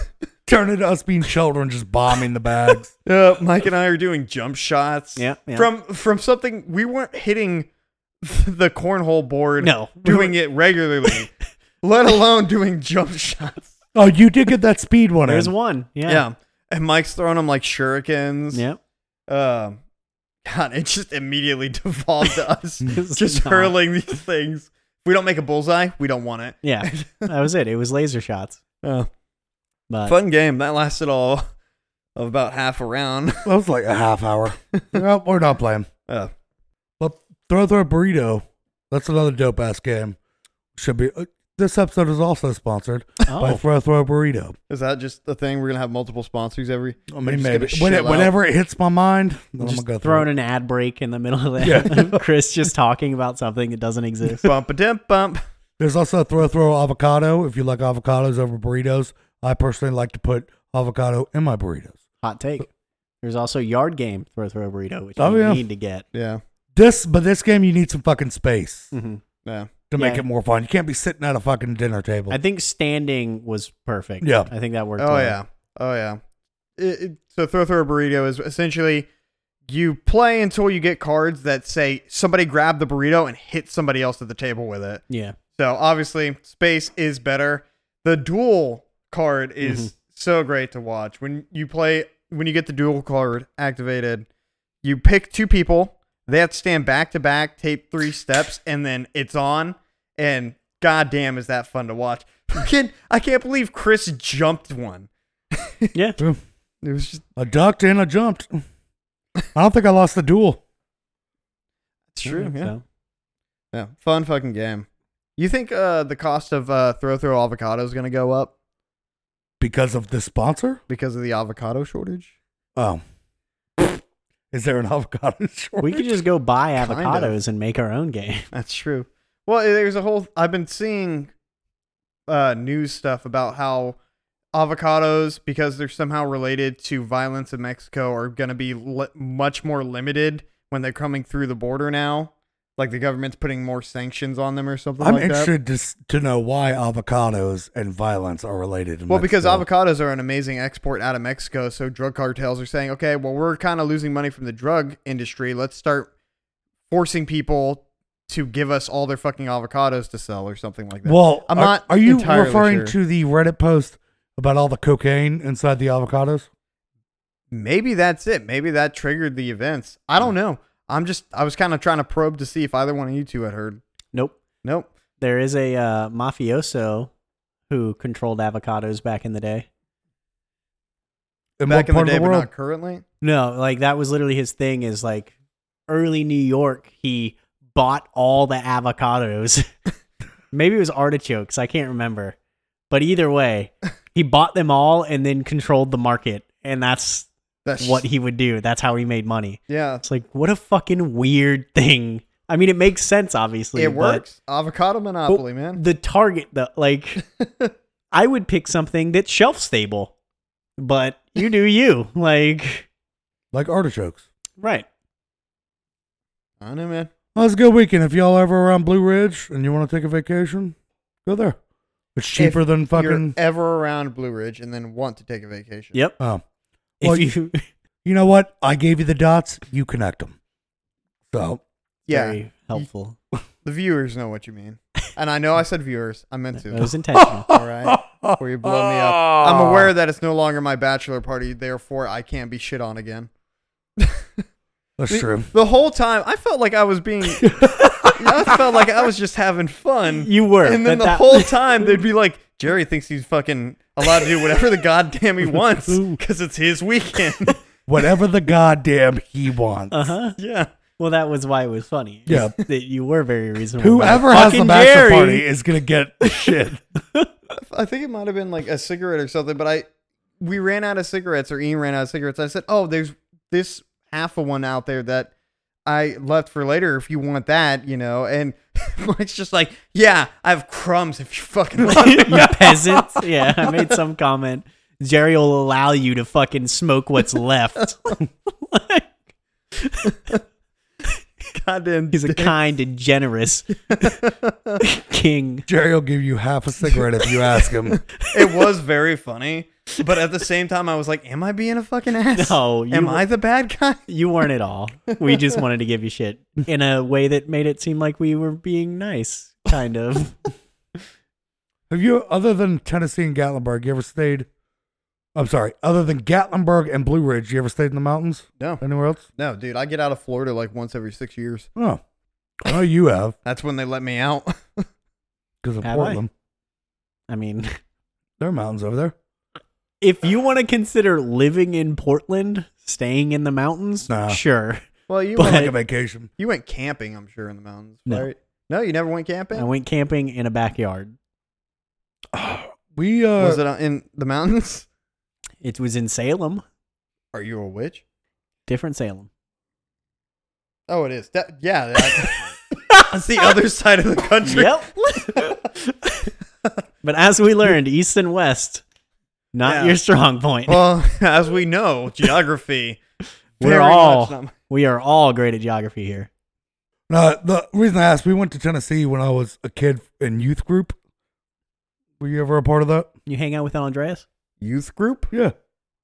Speaker 3: turn into us being children, just bombing the bags.
Speaker 2: Uh, Mike and I are doing jump shots.
Speaker 1: Yeah, yeah.
Speaker 2: From from something we weren't hitting the cornhole board.
Speaker 1: No.
Speaker 2: Doing it regularly, let alone doing jump shots.
Speaker 3: Oh, you did get that speed one.
Speaker 1: There's
Speaker 3: in.
Speaker 1: one.
Speaker 2: Yeah.
Speaker 1: Yeah.
Speaker 2: And Mike's throwing them like shurikens.
Speaker 1: Yeah.
Speaker 2: Um, God, it just immediately devolved to us
Speaker 1: It's
Speaker 2: just
Speaker 1: not-
Speaker 2: hurling these things. If we don't make a bullseye, we don't want it.
Speaker 1: Yeah. That was it. It was laser shots. But
Speaker 2: Uh, Fun game. That lasted all of about half a round.
Speaker 3: That was like a half hour. Well, we're not playing.
Speaker 2: Uh,
Speaker 3: But throw throw a burrito. That's another dope ass game. Should be. Uh, this episode is also sponsored by
Speaker 1: Oh.
Speaker 3: Throw Throw Burrito.
Speaker 2: is that just a thing? We're gonna have multiple sponsors every.
Speaker 3: I mean,
Speaker 2: just
Speaker 3: maybe
Speaker 2: gonna
Speaker 3: when it,
Speaker 2: shell out.
Speaker 3: whenever it hits my mind, then I'm
Speaker 1: just
Speaker 3: gonna go throw
Speaker 1: throwing
Speaker 3: it.
Speaker 1: an ad break in the middle of it.
Speaker 3: Yeah.
Speaker 1: Chris just talking about something that doesn't exist.
Speaker 2: bump a dimp bump.
Speaker 3: There's also Throw Throw Avocado. If you like avocados over burritos, I personally like to put avocado in my burritos.
Speaker 1: Hot take. There's also yard game throw throw burrito, which
Speaker 3: Oh,
Speaker 1: you
Speaker 3: yeah.
Speaker 1: need to get.
Speaker 2: Yeah.
Speaker 3: This, but this game, you need some fucking space
Speaker 1: Mm-hmm.
Speaker 2: Yeah.
Speaker 3: to make
Speaker 1: Yeah.
Speaker 3: it more fun. You can't be sitting at a fucking dinner table.
Speaker 1: I think standing was perfect.
Speaker 3: Yeah.
Speaker 1: I think that worked.
Speaker 2: Oh
Speaker 1: well.
Speaker 2: yeah. Oh yeah. It, it- so throw throw a burrito is essentially you play until you get cards that say somebody grab the burrito and hit somebody else at the table with it.
Speaker 1: Yeah.
Speaker 2: So obviously, space is better. The dual card is so great to watch. When you play, when you get the dual card activated, you pick two people. They have to stand back to back, take three steps, and then it's on. And goddamn, is that fun to watch? Can I can't believe Chris jumped one.
Speaker 1: Yeah.
Speaker 3: True.
Speaker 2: It was just
Speaker 3: I ducked and I jumped. I don't think I lost the duel.
Speaker 2: it's true.
Speaker 1: Okay,
Speaker 2: Yeah.
Speaker 1: so-
Speaker 2: yeah, fun fucking game. You think uh, the cost of uh, throw throw avocado is gonna go up
Speaker 3: because of the sponsor?
Speaker 2: because of the avocado shortage?
Speaker 3: Oh. Is there an avocado shortage?
Speaker 1: We could just go buy
Speaker 2: Kind of.
Speaker 1: avocados and make our own game.
Speaker 2: That's true. Well, there's a whole. I've been seeing uh, news stuff about how avocados, because they're somehow related to violence in Mexico, are going to be li- much more limited when they're coming through the border now. Like the government's putting more sanctions on them or something.
Speaker 3: I'm
Speaker 2: like That.
Speaker 3: interested to, s- to know why avocados and violence are related. In
Speaker 2: Well, because
Speaker 3: Mexico.
Speaker 2: avocados are an amazing export out of Mexico, so drug cartels are saying, okay, well, we're kind of losing money from the drug industry. Let's start forcing people to give us all their fucking avocados to sell or something like that.
Speaker 3: Well,
Speaker 2: I'm
Speaker 3: are-
Speaker 2: not
Speaker 3: Are you
Speaker 2: entirely
Speaker 3: referring
Speaker 2: sure.
Speaker 3: to the Reddit post about all the cocaine inside the avocados?
Speaker 2: maybe that's it. Maybe that triggered the events. I don't
Speaker 3: Hmm.
Speaker 2: know. I'm just I was kind of trying to probe to see if either one of you two had heard.
Speaker 1: Nope.
Speaker 2: Nope.
Speaker 1: There is a uh, mafioso who controlled avocados back in the day.
Speaker 3: In
Speaker 2: Back
Speaker 3: what
Speaker 2: in the
Speaker 3: part
Speaker 2: day,
Speaker 3: of the
Speaker 2: but
Speaker 3: world?
Speaker 2: not currently.
Speaker 1: No, like that was literally his thing is like early New York, he bought all the avocados. Maybe it was artichokes, I can't remember. But either way, he bought them all and then controlled the market. And that's
Speaker 2: That's
Speaker 1: what he would do. That's how he made money.
Speaker 2: Yeah.
Speaker 1: It's like, what a fucking weird thing. I mean, it makes sense, obviously.
Speaker 2: It
Speaker 1: but-
Speaker 2: works. Avocado monopoly, man.
Speaker 1: the target the like i would pick something that's shelf stable but you do you like
Speaker 3: Like artichokes.
Speaker 1: right
Speaker 2: I know, man.
Speaker 3: Well, it's a good weekend. If y'all ever around Blue Ridge and you want to take a vacation, go there. It's cheaper
Speaker 2: If
Speaker 3: than
Speaker 2: You're
Speaker 3: fucking.
Speaker 2: ever around Blue Ridge and then want to take a vacation.
Speaker 1: yep
Speaker 3: Oh, Well,
Speaker 1: if you
Speaker 3: you know what? I gave you the dots. You connect them. So
Speaker 2: Yeah.
Speaker 1: very helpful
Speaker 2: The viewers know what you mean. And I know I said viewers. I meant
Speaker 1: that
Speaker 2: to.
Speaker 1: was intentional
Speaker 2: All right. Before you blow me up. I'm
Speaker 3: Ah.
Speaker 2: aware that it's no longer my bachelor party, therefore I can't be shit on again.
Speaker 3: that's
Speaker 2: The-
Speaker 3: true.
Speaker 2: The whole time I felt like I was being I felt like I was just having fun.
Speaker 1: you were
Speaker 2: and then
Speaker 1: but
Speaker 2: the
Speaker 1: that-
Speaker 2: whole time they'd be like, Jerry thinks he's fucking allowed to do whatever the goddamn he wants because it's his weekend.
Speaker 3: Whatever the goddamn he wants.
Speaker 1: uh-huh
Speaker 2: yeah.
Speaker 1: well that was why it was funny
Speaker 3: Yeah.
Speaker 1: that you were very reasonable
Speaker 3: Whoever has the
Speaker 1: Fucking
Speaker 3: bachelor
Speaker 1: Jerry.
Speaker 3: party is gonna get shit.
Speaker 2: I think it might have been like a cigarette or something, but I we ran out of cigarettes or Ian ran out of cigarettes. I said, Oh, there's this half of one out there that I left for later if you want that, you know. And Mike's just like, Yeah, I have crumbs if you fucking want it."
Speaker 1: you peasants yeah i made some comment jerry will allow you to fucking smoke what's left
Speaker 2: Goddamn
Speaker 1: he's a
Speaker 2: dick.
Speaker 1: kind and generous king
Speaker 3: Jerry will give you half a cigarette if you ask him.
Speaker 2: it was very funny. But at the same time I was like, Am I being a fucking ass?
Speaker 1: No, you
Speaker 2: Am
Speaker 1: were-
Speaker 2: I the bad guy?
Speaker 1: You weren't at all. We just wanted to give you shit in a way that made it seem like we were being nice, kind of.
Speaker 3: Have you, other than Tennessee and Gatlinburg, you ever stayed? I'm sorry. Other than Gatlinburg and Blue Ridge, you ever stayed in the mountains?
Speaker 2: No.
Speaker 3: Anywhere else?
Speaker 2: No, dude, I get out of Florida like once every six years.
Speaker 3: Oh, I know you have
Speaker 2: That's when they let me out.
Speaker 3: because of
Speaker 1: Have I?
Speaker 3: Portland.
Speaker 1: I mean,
Speaker 3: There are mountains over there.
Speaker 1: if you want to consider living in Portland, staying in the mountains,
Speaker 3: Nah.
Speaker 1: sure.
Speaker 2: Well, you
Speaker 1: But-
Speaker 2: went,
Speaker 3: Like a vacation.
Speaker 2: you went camping, I'm sure, in the mountains,
Speaker 1: No.
Speaker 2: right? No, you never went camping.
Speaker 1: I went camping in a backyard.
Speaker 3: We uh,
Speaker 2: was it on- in the mountains?
Speaker 1: It was in Salem,
Speaker 2: Are you a witch?
Speaker 1: different Salem.
Speaker 2: Oh, it is. That, yeah, that, that's the other side of the country.
Speaker 1: But as we learned, east and west, not
Speaker 2: Yeah.
Speaker 1: your strong point.
Speaker 2: well, as we know, geography.
Speaker 1: We're
Speaker 2: very much
Speaker 1: all-
Speaker 2: not my-
Speaker 1: we are all great at geography here.
Speaker 3: No, the reason I asked, we went to Tennessee when I was a kid in youth group. Were you ever a part of that?
Speaker 1: You hang out with Andreas?
Speaker 2: youth group.
Speaker 3: Yeah,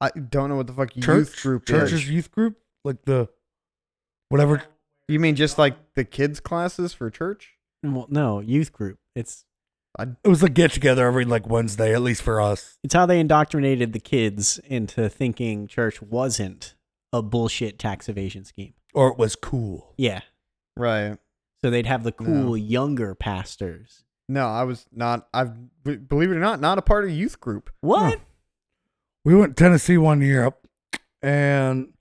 Speaker 2: I don't know what the fuck youth
Speaker 3: church
Speaker 2: group
Speaker 3: church's
Speaker 2: is.
Speaker 3: youth group, like the whatever.
Speaker 2: You mean just like the kids classes for church?
Speaker 1: Well, no, youth group. It's
Speaker 3: It was a get together every like Wednesday, at least for us.
Speaker 1: It's how they indoctrinated the kids into thinking church wasn't a bullshit tax evasion scheme.
Speaker 3: Or it was cool.
Speaker 1: Yeah.
Speaker 2: Right.
Speaker 1: So they'd have the
Speaker 2: No.
Speaker 1: cool younger pastors.
Speaker 2: No, I was not. I've b- believe it or not, not a part of youth group.
Speaker 1: What?
Speaker 3: We went to Tennessee one year, and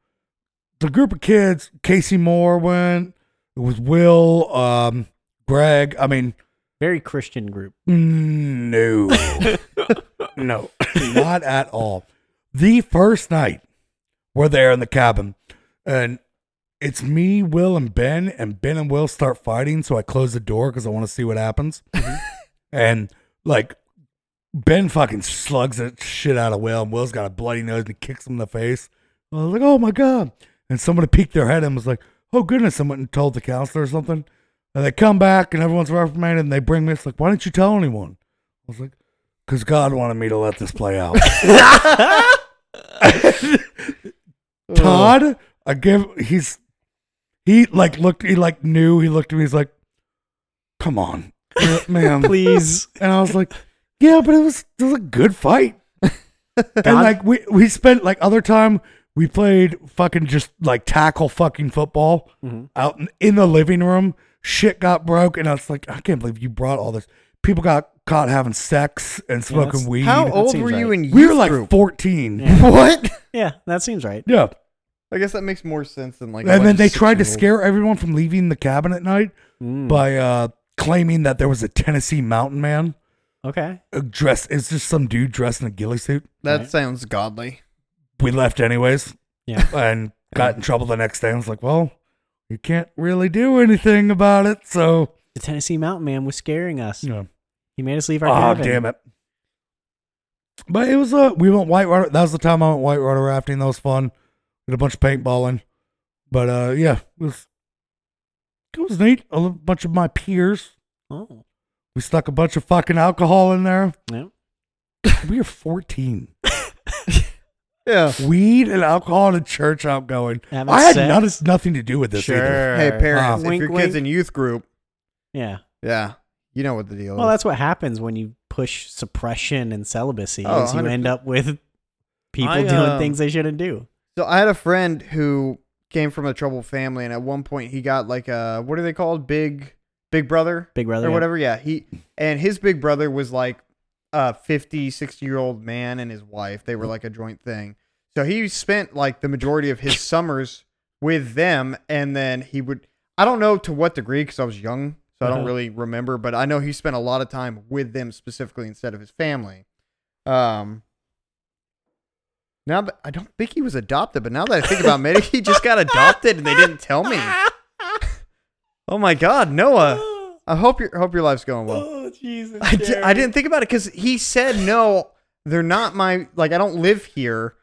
Speaker 3: the group of kids, Casey Moore went. It was Will, um, Greg. I mean,
Speaker 1: Very Christian group.
Speaker 3: Mm, No. no. Not at all. The first night we're there in the cabin and it's me, Will, and Ben, and Ben and Will start fighting. So I close the door because I want to see what happens. and like, Ben fucking slugs the shit out of Will, and Will's got a bloody nose and he kicks him in the face. I was like, oh my God. And somebody peeked their head and was like, oh goodness. And went and told the counselor or something. And they come back and everyone's reprimanded and they bring me. It's like, why didn't you tell anyone? I was like, because God wanted me to let this play out. Todd, I give, he's, he like looked, he like knew, he looked at me, he's like, come on, man.
Speaker 1: Please.
Speaker 3: And I was like, yeah, but it was it was a good fight. and
Speaker 1: God-
Speaker 3: like we we spent like other time we played fucking just like tackle fucking football
Speaker 2: Mm-hmm.
Speaker 1: Mhm.
Speaker 3: out in, in the living room. Shit got broke, and I was like, I can't believe you brought all this. People got caught having sex and smoking
Speaker 1: that's-
Speaker 3: weed.
Speaker 2: How old
Speaker 1: seems
Speaker 2: were you
Speaker 1: right.
Speaker 2: in youth
Speaker 3: we were like
Speaker 2: group?
Speaker 3: fourteen.
Speaker 1: Yeah.
Speaker 2: What?
Speaker 1: Yeah, that seems right.
Speaker 3: yeah.
Speaker 2: I guess that makes more sense than like. a
Speaker 3: and
Speaker 2: bunch
Speaker 3: then
Speaker 2: of
Speaker 3: they tried to
Speaker 2: six-year-olds.
Speaker 3: scare everyone from leaving the cabin at night
Speaker 2: Hmm.
Speaker 1: Mm,
Speaker 3: by uh, claiming that there was a Tennessee mountain man
Speaker 1: okay.
Speaker 3: uh, dressed. It's just some dude dressed in a ghillie suit.
Speaker 2: That
Speaker 1: Right.
Speaker 2: sounds godly.
Speaker 3: We left anyways.
Speaker 1: Yeah.
Speaker 3: and got in trouble the next day. I was like, well, you can't really do anything about it. So,
Speaker 1: The Tennessee Mountain Man was scaring us.
Speaker 3: you know,
Speaker 1: He made us leave our
Speaker 3: oh,
Speaker 1: cabin.
Speaker 3: damn it. But it was uh, we went white water. That was the time I went white water rafting. That was fun. Did a bunch of paintballing. But uh, yeah, it was it was neat. A li- bunch of my peers.
Speaker 1: Oh.
Speaker 3: We stuck a bunch of fucking alcohol in there.
Speaker 1: Yeah.
Speaker 3: We were 14.
Speaker 2: Yeah.
Speaker 3: Weed and alcohol and a church outgoing.
Speaker 1: Having
Speaker 3: I had
Speaker 1: sex.
Speaker 3: none, nothing to do with this
Speaker 1: sure.
Speaker 3: either.
Speaker 2: Hey, parents,
Speaker 3: Uh,
Speaker 2: if
Speaker 1: Wink,
Speaker 2: your kid's
Speaker 1: wink.
Speaker 2: in youth group,
Speaker 1: Yeah.
Speaker 2: yeah, you know what the deal
Speaker 1: Well,
Speaker 2: is.
Speaker 1: that's what happens when you push suppression and celibacy.
Speaker 2: Oh,
Speaker 1: is you
Speaker 2: 100%.
Speaker 1: end up with people
Speaker 2: I,
Speaker 1: doing
Speaker 2: um,
Speaker 1: things they shouldn't do.
Speaker 2: So I had a friend who came from a troubled family, and at one point he got like a what are they called? Big Big Brother
Speaker 1: Big brother.
Speaker 2: or
Speaker 1: yeah.
Speaker 2: whatever. Yeah, he and his big brother was like a 50, 60 year old man and his wife. They were like a joint thing. So he spent like the majority of his summers with them, and then he would. I don't know to what degree because I was young, so I don't
Speaker 1: Uh-huh.
Speaker 2: really remember. But I know he spent a lot of time with them specifically instead of his family. Um. Now that I don't think he was adopted, but now that I think about it, maybe he just got adopted and they didn't tell me.
Speaker 1: Ah!
Speaker 2: Oh my God, Noah! I hope your hope your life's going well.
Speaker 1: oh, Jesus.
Speaker 2: I, d- I didn't think about it because he said no. They're not my like. I don't live here.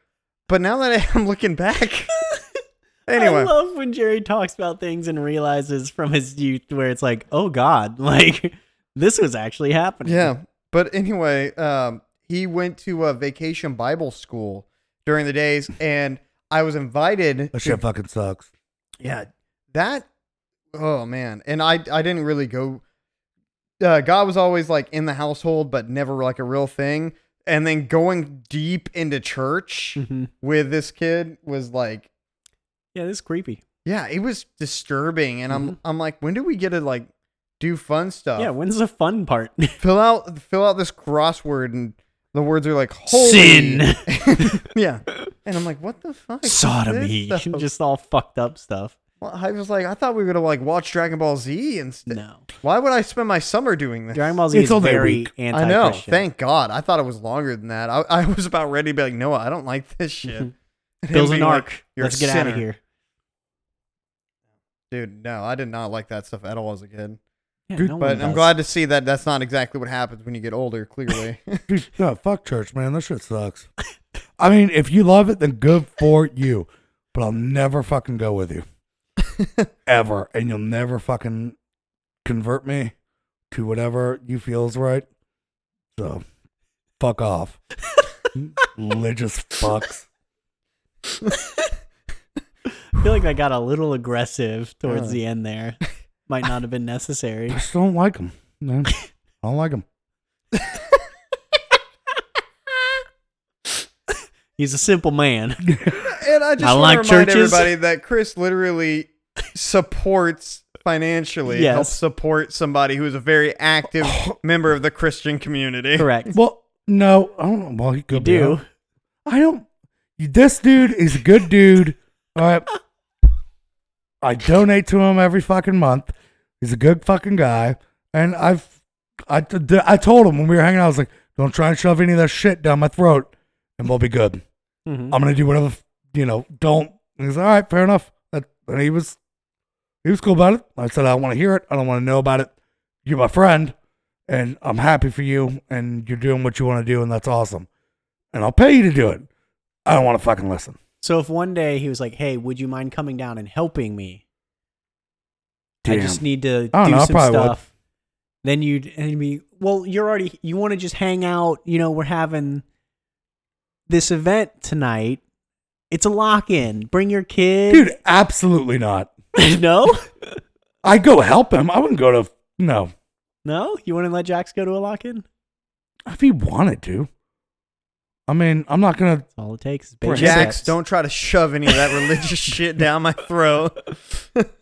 Speaker 2: But now that I'm looking back,
Speaker 1: I
Speaker 2: anyway,
Speaker 1: love when Jerry talks about things and realizes from his youth where it's like, oh God, like this was actually happening.
Speaker 2: yeah. But anyway, um, he went to a vacation Bible school during the days, and I was invited.
Speaker 3: That
Speaker 2: to-
Speaker 3: shit fucking sucks.
Speaker 2: yeah, that. Oh man, and I I didn't really go. Uh, God was always like in the household, but never like a real thing. And then going deep into church
Speaker 1: Mhm.
Speaker 2: with this kid was like
Speaker 1: Yeah, this is creepy.
Speaker 2: Yeah, it was disturbing, and I'm I'm like, when do we get to like do fun stuff?
Speaker 1: Mm-hmm. Yeah, when's the fun part?
Speaker 2: fill out fill out this crossword, and the words are like holy
Speaker 1: Sin.
Speaker 2: yeah, and I'm like, what the fuck? is
Speaker 1: Sodomy.
Speaker 2: this stuff?
Speaker 1: Just all fucked up stuff.
Speaker 2: Well, I was like, I thought we were gonna like watch Dragon Ball Z instead.
Speaker 1: No.
Speaker 2: Why would I spend my summer doing this?
Speaker 1: Dragon Ball Z
Speaker 3: It's
Speaker 1: is
Speaker 3: only a
Speaker 1: very
Speaker 3: week.
Speaker 1: anti
Speaker 2: I know. Thank God. I thought it was longer than that. I, I was about ready to be like, Noah, I don't like this shit. And
Speaker 1: Build
Speaker 2: being
Speaker 1: an
Speaker 2: like,
Speaker 1: arc.
Speaker 2: "You're a
Speaker 1: Let's get out of
Speaker 2: sinner."
Speaker 1: here.
Speaker 2: dude. No, I did not like that stuff at all as a kid.
Speaker 1: Yeah,
Speaker 3: Dude,
Speaker 1: no one
Speaker 2: But I'm
Speaker 1: does.
Speaker 2: glad to see that that's not exactly what happens when you get older. Clearly.
Speaker 3: Dude, no, fuck church, man. That shit sucks. I mean, if you love it, then good for you. But I'll never fucking go with you. Ever. And you'll never fucking convert me to whatever you feel is right. So fuck off. Religious fucks.
Speaker 1: I feel like I got a little aggressive towards
Speaker 2: Uh.
Speaker 1: the end there. Might not have been necessary.
Speaker 3: I just don't like them. Man. I don't like them.
Speaker 1: He's a simple man.
Speaker 2: And I just
Speaker 1: I
Speaker 2: want
Speaker 1: like
Speaker 2: to remind
Speaker 1: churches.
Speaker 2: everybody that Chris literally supports financially,
Speaker 1: Yes.
Speaker 2: helps support somebody who is a very active member of the Christian community.
Speaker 1: Correct.
Speaker 3: Well, no, I don't know. Well, he could
Speaker 1: You
Speaker 3: be.
Speaker 1: do.
Speaker 3: I don't. This dude is a good dude. All right. I donate to him every fucking month. He's a good fucking guy. And I've, I, t- d- I told him when we were hanging out, I was like, don't try and shove any of that shit down my throat and we'll be good.
Speaker 1: Mhm.
Speaker 3: I'm going to do whatever, f- you know, don't. And he's all right, fair enough. That- And he was, he was cool about it. I said, I don't want to hear it. I don't want to know about it. You're my friend and I'm happy for you and you're doing what you want to do and that's awesome. And I'll pay you to do it. I don't want to fucking listen.
Speaker 1: So if one day he was like, "Hey, would you mind coming down and helping me? I just
Speaker 3: Damn.
Speaker 1: need to do
Speaker 3: I don't know, I
Speaker 1: some
Speaker 3: probably would.
Speaker 1: stuff." Then you'd and you'd be, "Well, you're already. You want to just hang out? You know, we're having this event tonight. It's a lock-in. Bring your kid.
Speaker 3: Dude, absolutely not.
Speaker 1: no.
Speaker 3: I'd go help him. I wouldn't go to no.
Speaker 1: No, you wouldn't let Jax go to a lock-in.
Speaker 3: If he wanted to. I mean, I'm not gonna.
Speaker 1: That's all it takes. Is baby
Speaker 2: Jax,
Speaker 1: steps.
Speaker 2: don't try to shove any of that religious shit down my throat.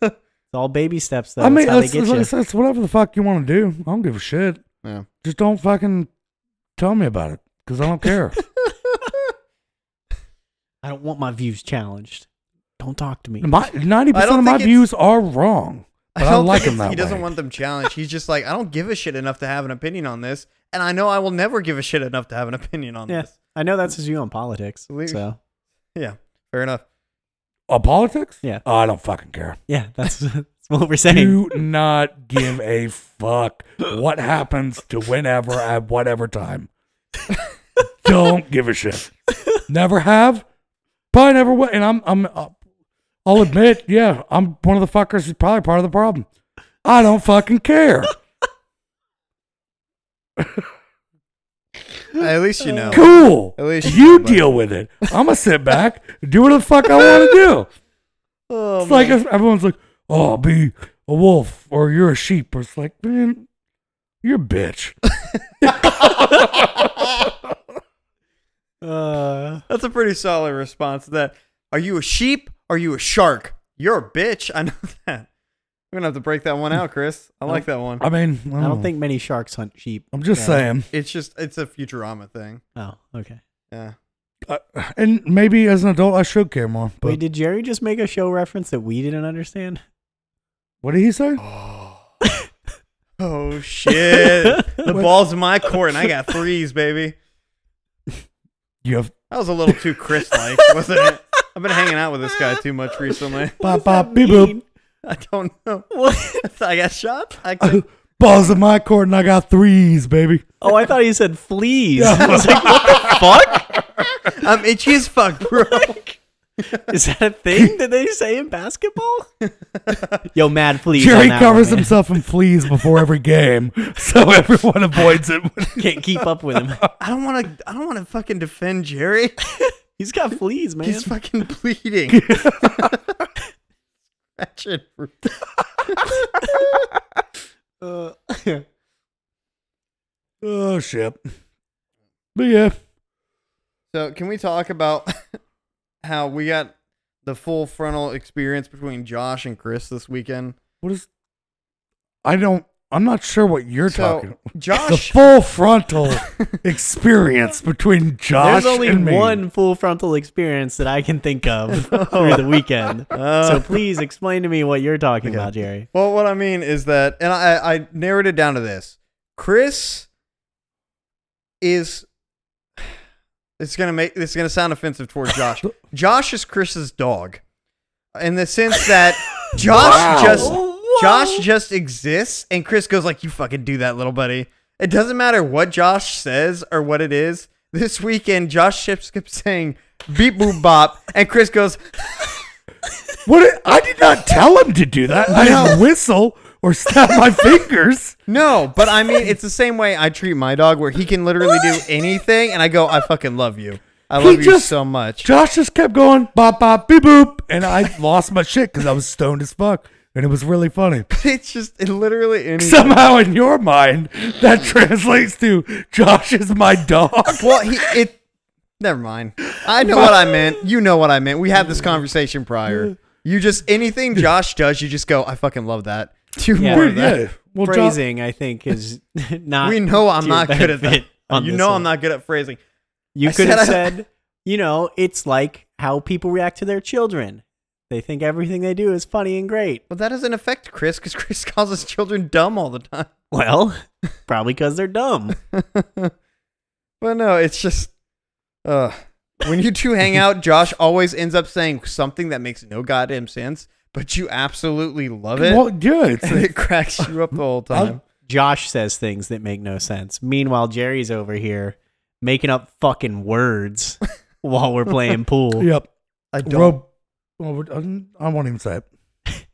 Speaker 1: It's all baby steps, though.
Speaker 3: I mean,
Speaker 1: that's how they
Speaker 3: it's,
Speaker 1: get
Speaker 3: it's,
Speaker 1: you.
Speaker 3: it's, it's whatever the fuck you want to do. I don't give a shit.
Speaker 2: Yeah.
Speaker 3: Just don't fucking tell me about it because I don't care.
Speaker 1: I don't want my views challenged. Don't talk to me.
Speaker 3: my ninety
Speaker 2: I
Speaker 3: percent
Speaker 2: don't
Speaker 3: of my
Speaker 2: think it's-
Speaker 3: views are wrong, but I,
Speaker 2: don't
Speaker 3: like
Speaker 2: think
Speaker 3: him
Speaker 2: it's-
Speaker 3: that
Speaker 2: He doesn't
Speaker 3: way.
Speaker 2: want them challenged. He's just like, I don't give a shit enough to have an opinion on this, and I know I will never give a shit enough to have an opinion on
Speaker 1: yeah,
Speaker 2: this.
Speaker 1: I know that's his view on politics.
Speaker 2: We-
Speaker 1: So
Speaker 2: Yeah, fair enough.
Speaker 3: Uh, politics?
Speaker 1: Yeah.
Speaker 3: Oh, I don't fucking care.
Speaker 1: yeah, that's, that's what we're saying.
Speaker 3: Do not give a fuck what happens to whenever at whatever time. don't give a shit. Never have. Probably never will. And I'm I'm uh, I'll admit, yeah, I'm one of the fuckers who's probably part of the problem. I don't fucking care.
Speaker 2: At least you know.
Speaker 3: Oh, Cool.
Speaker 2: At least know,
Speaker 3: you
Speaker 2: buddy.
Speaker 3: deal with it. I'm gonna sit back, do what the fuck I want to do.
Speaker 2: Oh,
Speaker 3: It's like
Speaker 2: man.
Speaker 3: if everyone's like, "Oh, I'll be a wolf or you're a sheep," or it's like, man, you're a bitch.
Speaker 1: Uh,
Speaker 2: that's a pretty solid response to that. Are you a sheep? Are you a shark? You're a bitch. I know that. We're gonna have to break that one out, Chris. I like that one.
Speaker 3: I mean, I
Speaker 1: I
Speaker 3: don't,
Speaker 1: don't
Speaker 3: think.
Speaker 1: think many sharks hunt sheep.
Speaker 3: I'm just
Speaker 1: Yeah.
Speaker 3: saying,
Speaker 2: It's just it's a Futurama thing.
Speaker 1: Oh, okay.
Speaker 2: Yeah.
Speaker 3: Uh, and maybe as an adult, I should care more. But
Speaker 1: Wait, did Jerry just make a show reference that we didn't understand?
Speaker 3: what did he say?
Speaker 2: Oh shit! the ball's in my court, and I got threes, baby.
Speaker 3: You have
Speaker 2: That was a little too Chris-like, wasn't it? I've been hanging out with this guy too much recently.
Speaker 3: pop,
Speaker 1: What does
Speaker 3: pop,
Speaker 1: that
Speaker 3: beep, boop.
Speaker 1: mean?
Speaker 2: I don't know.
Speaker 1: What?
Speaker 2: I got shot. I could.
Speaker 3: Balls in my court, and I got threes, baby.
Speaker 1: Oh, I thought he said fleas.
Speaker 3: Yeah.
Speaker 1: I was like, what
Speaker 2: I'm itchy as fuck, bro.
Speaker 1: the- is that a thing that they say in basketball? Yo, mad fleas. on
Speaker 3: Jerry
Speaker 1: that
Speaker 3: covers
Speaker 1: one, man.
Speaker 3: himself in fleas before every game, so everyone avoids it.
Speaker 1: Can't keep up with him.
Speaker 2: I don't want to. I don't want to fucking defend Jerry.
Speaker 1: He's got fleas, man.
Speaker 2: He's fucking bleeding. Scratching.
Speaker 1: Uh,
Speaker 3: oh shit! But yeah,
Speaker 2: So, can we talk about how we got the full frontal experience between Josh and Chris this weekend?
Speaker 3: what is? I don't. I'm not sure what you're
Speaker 2: so,
Speaker 3: talking. the
Speaker 2: Josh.
Speaker 3: full frontal experience between Josh
Speaker 1: there's only
Speaker 3: and me.
Speaker 1: one full frontal experience that I can think of through the weekend.
Speaker 2: Uh,
Speaker 1: So please explain to me what you're talking
Speaker 2: Okay.
Speaker 1: about, Jerry.
Speaker 2: Well, what I mean is that, and I, I narrowed it down to this: Chris is. It's gonna make it's gonna sound offensive towards Josh. Josh is Chris's dog, in the sense that Josh
Speaker 3: Wow.
Speaker 2: just Josh just exists, and Chris goes like, "You fucking do that, little buddy." It doesn't matter what Josh says or what it is. This weekend, Josh Ships kept saying "beep boop bop," and Chris goes,
Speaker 3: What? it- I did not tell him to do that. I didn't whistle or snap my fingers.
Speaker 2: No, but I mean, it's the same way I treat my dog, where he can literally do anything, and I go, "I fucking love you. I
Speaker 3: He
Speaker 2: love you
Speaker 3: just-
Speaker 2: so much."
Speaker 3: Josh just kept going bop bop beep boop, and I lost my shit because I was stoned as fuck, and it was really funny.
Speaker 2: It's just it literally anything.
Speaker 3: Somehow, in your mind, that translates to Josh is my dog.
Speaker 2: well, he it. Never mind. I know what I meant. You know what I meant. We had this conversation prior. You just anything Josh does, you just go, "I fucking love that." Do
Speaker 1: Yeah.
Speaker 2: more of that.
Speaker 3: Well, Josh,
Speaker 1: Phrasing, I think, is not.
Speaker 2: We know I'm
Speaker 1: to
Speaker 2: not
Speaker 1: your
Speaker 2: good at that.
Speaker 1: benefit on
Speaker 2: You
Speaker 1: this
Speaker 2: know
Speaker 1: one.
Speaker 2: I'm not good at phrasing.
Speaker 1: You
Speaker 2: I
Speaker 1: could have
Speaker 2: said I-
Speaker 1: said, you know, it's like how people react to their children. They think everything they do is funny and great.
Speaker 2: But that doesn't affect Chris because Chris calls his children dumb all the time.
Speaker 1: Well, probably because they're dumb.
Speaker 2: Well, no, it's just uh when you two hang out, Josh always ends up saying something that makes no goddamn sense, but you absolutely love it.
Speaker 3: well, yeah, it's,
Speaker 2: and it cracks you up the whole time.
Speaker 1: Josh says things that make no sense. Meanwhile, Jerry's over here making up fucking words while we're playing pool.
Speaker 3: yep.
Speaker 2: I don't
Speaker 3: Rob, well, we're- I won't even say it.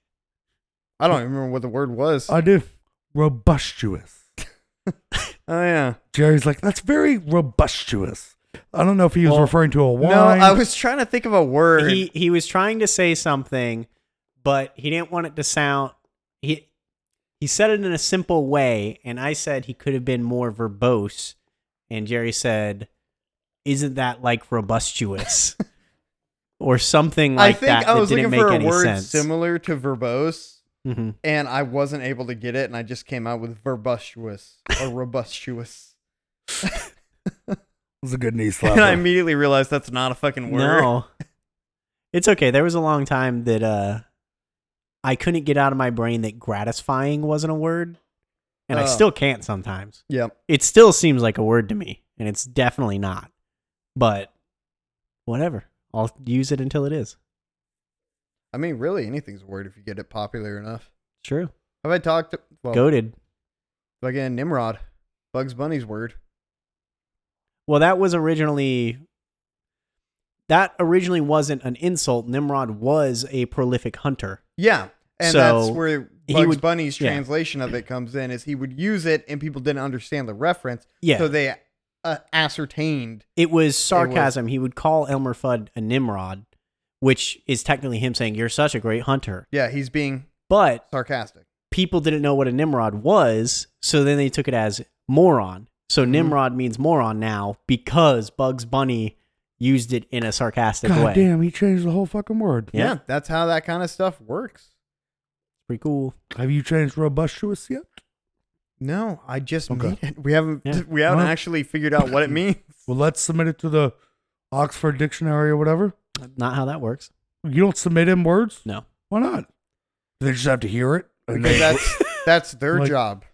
Speaker 2: I don't even remember what the word was.
Speaker 3: I do. Robustuous.
Speaker 2: oh yeah.
Speaker 3: Jerry's like, that's very robustuous. I don't know if he was
Speaker 2: Well,
Speaker 3: referring to a wine.
Speaker 2: No, I was trying to think of a word.
Speaker 1: He he was trying to say something, but he didn't want it to sound he he said it in a simple way, and I said he could have been more verbose, and Jerry said, "Isn't that like robustuous?" or something
Speaker 2: I
Speaker 1: like
Speaker 2: think
Speaker 1: that.
Speaker 2: I
Speaker 1: that
Speaker 2: was
Speaker 1: didn't
Speaker 2: looking
Speaker 1: make
Speaker 2: for a
Speaker 1: any
Speaker 2: word
Speaker 1: sense.
Speaker 2: similar to verbose,
Speaker 1: Mhm.
Speaker 2: and I wasn't able to get it, and I just came out with verbustuous or robustuous.
Speaker 3: was a good knee
Speaker 2: and I
Speaker 3: slapper.
Speaker 2: immediately realized that's not a fucking word.
Speaker 1: No. It's okay. There was a long time that uh I couldn't get out of my brain that gratifying wasn't a word. And I
Speaker 2: Oh.
Speaker 1: still can't sometimes.
Speaker 2: Yep.
Speaker 1: It still seems like a word to me, and it's definitely not. But whatever. I'll use it until it is.
Speaker 2: I mean, really, anything's a word if you get it popular enough.
Speaker 1: True.
Speaker 2: Have I talked? To, well,
Speaker 1: Goaded.
Speaker 2: again, Nimrod, Bugs Bunny's word.
Speaker 1: Well, that was originally that originally wasn't an insult. Nimrod was a prolific hunter.
Speaker 2: Yeah, and
Speaker 1: So,
Speaker 2: that's where
Speaker 1: he
Speaker 2: Bugs
Speaker 1: would-
Speaker 2: Bunny's
Speaker 1: yeah.
Speaker 2: translation of it comes in. Is he would use it, and people didn't understand the reference,
Speaker 1: Yeah.
Speaker 2: so they uh, ascertained.
Speaker 1: It was sarcasm. He would call Elmer Fudd a Nimrod, which is technically him saying, You're such a great hunter.
Speaker 2: Yeah, he's being
Speaker 1: But
Speaker 2: sarcastic.
Speaker 1: people didn't know what a Nimrod was, so then they took it as moron. So
Speaker 3: Mm-hmm.
Speaker 1: Nimrod means moron now because Bugs Bunny used it in a sarcastic
Speaker 3: God
Speaker 1: way.
Speaker 3: damn, he changed the whole fucking word.
Speaker 1: Yeah.
Speaker 2: Yeah. that's how that kind of stuff works.
Speaker 1: Pretty cool.
Speaker 3: Have you changed robustuous yet?
Speaker 2: No, I just
Speaker 3: Okay.
Speaker 2: made it. We haven't
Speaker 1: Yeah.
Speaker 2: we haven't
Speaker 3: Well-
Speaker 2: actually figured out what it means.
Speaker 3: Well, let's submit it to the Oxford Dictionary or whatever.
Speaker 1: Not how that works.
Speaker 3: You don't submit in words?
Speaker 1: No.
Speaker 3: Why not? They just have to hear it. and
Speaker 2: Because
Speaker 3: they-
Speaker 2: that's that's their
Speaker 3: Like-
Speaker 2: job.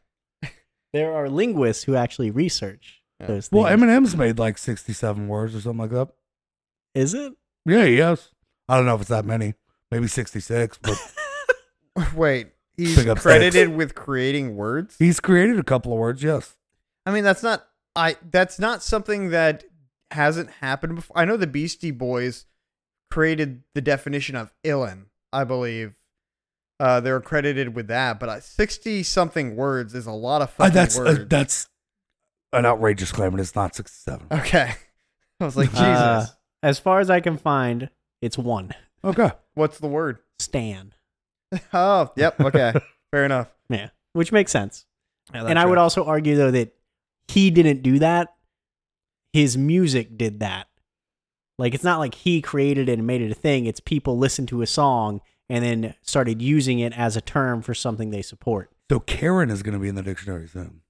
Speaker 1: There are linguists who actually research
Speaker 2: Yeah.
Speaker 1: those things.
Speaker 3: well, Eminem's made like 67 words or something like that.
Speaker 1: Is it?
Speaker 3: Yeah, yes. I don't know if it's that many. Maybe 66, but
Speaker 2: Wait, he's
Speaker 3: Pick up
Speaker 2: credited with creating words.
Speaker 3: he's created a couple of words, yes.
Speaker 2: I mean, that's not I. That's not something that hasn't happened before. I know the Beastie Boys created the definition of illin. I believe uh, they're credited with that, but sixty something words is a lot of
Speaker 3: Uh,
Speaker 2: fucking
Speaker 3: that's uh,
Speaker 2: words.
Speaker 3: that's an outrageous claim, and it's not 67.
Speaker 2: okay. I was like, Jesus,
Speaker 1: Uh, As far as I can find, it's one.
Speaker 3: Okay.
Speaker 2: what's the word?
Speaker 1: Stan.
Speaker 2: Oh, yep. Okay, fair enough.
Speaker 1: Yeah. Which makes sense. and I would also argue though that he didn't do that. His music did that. Like it's not like he created it and made it a thing. It's people listened to a song and then started using it as a term for something they support.
Speaker 3: So Karen is going to be in the dictionary soon.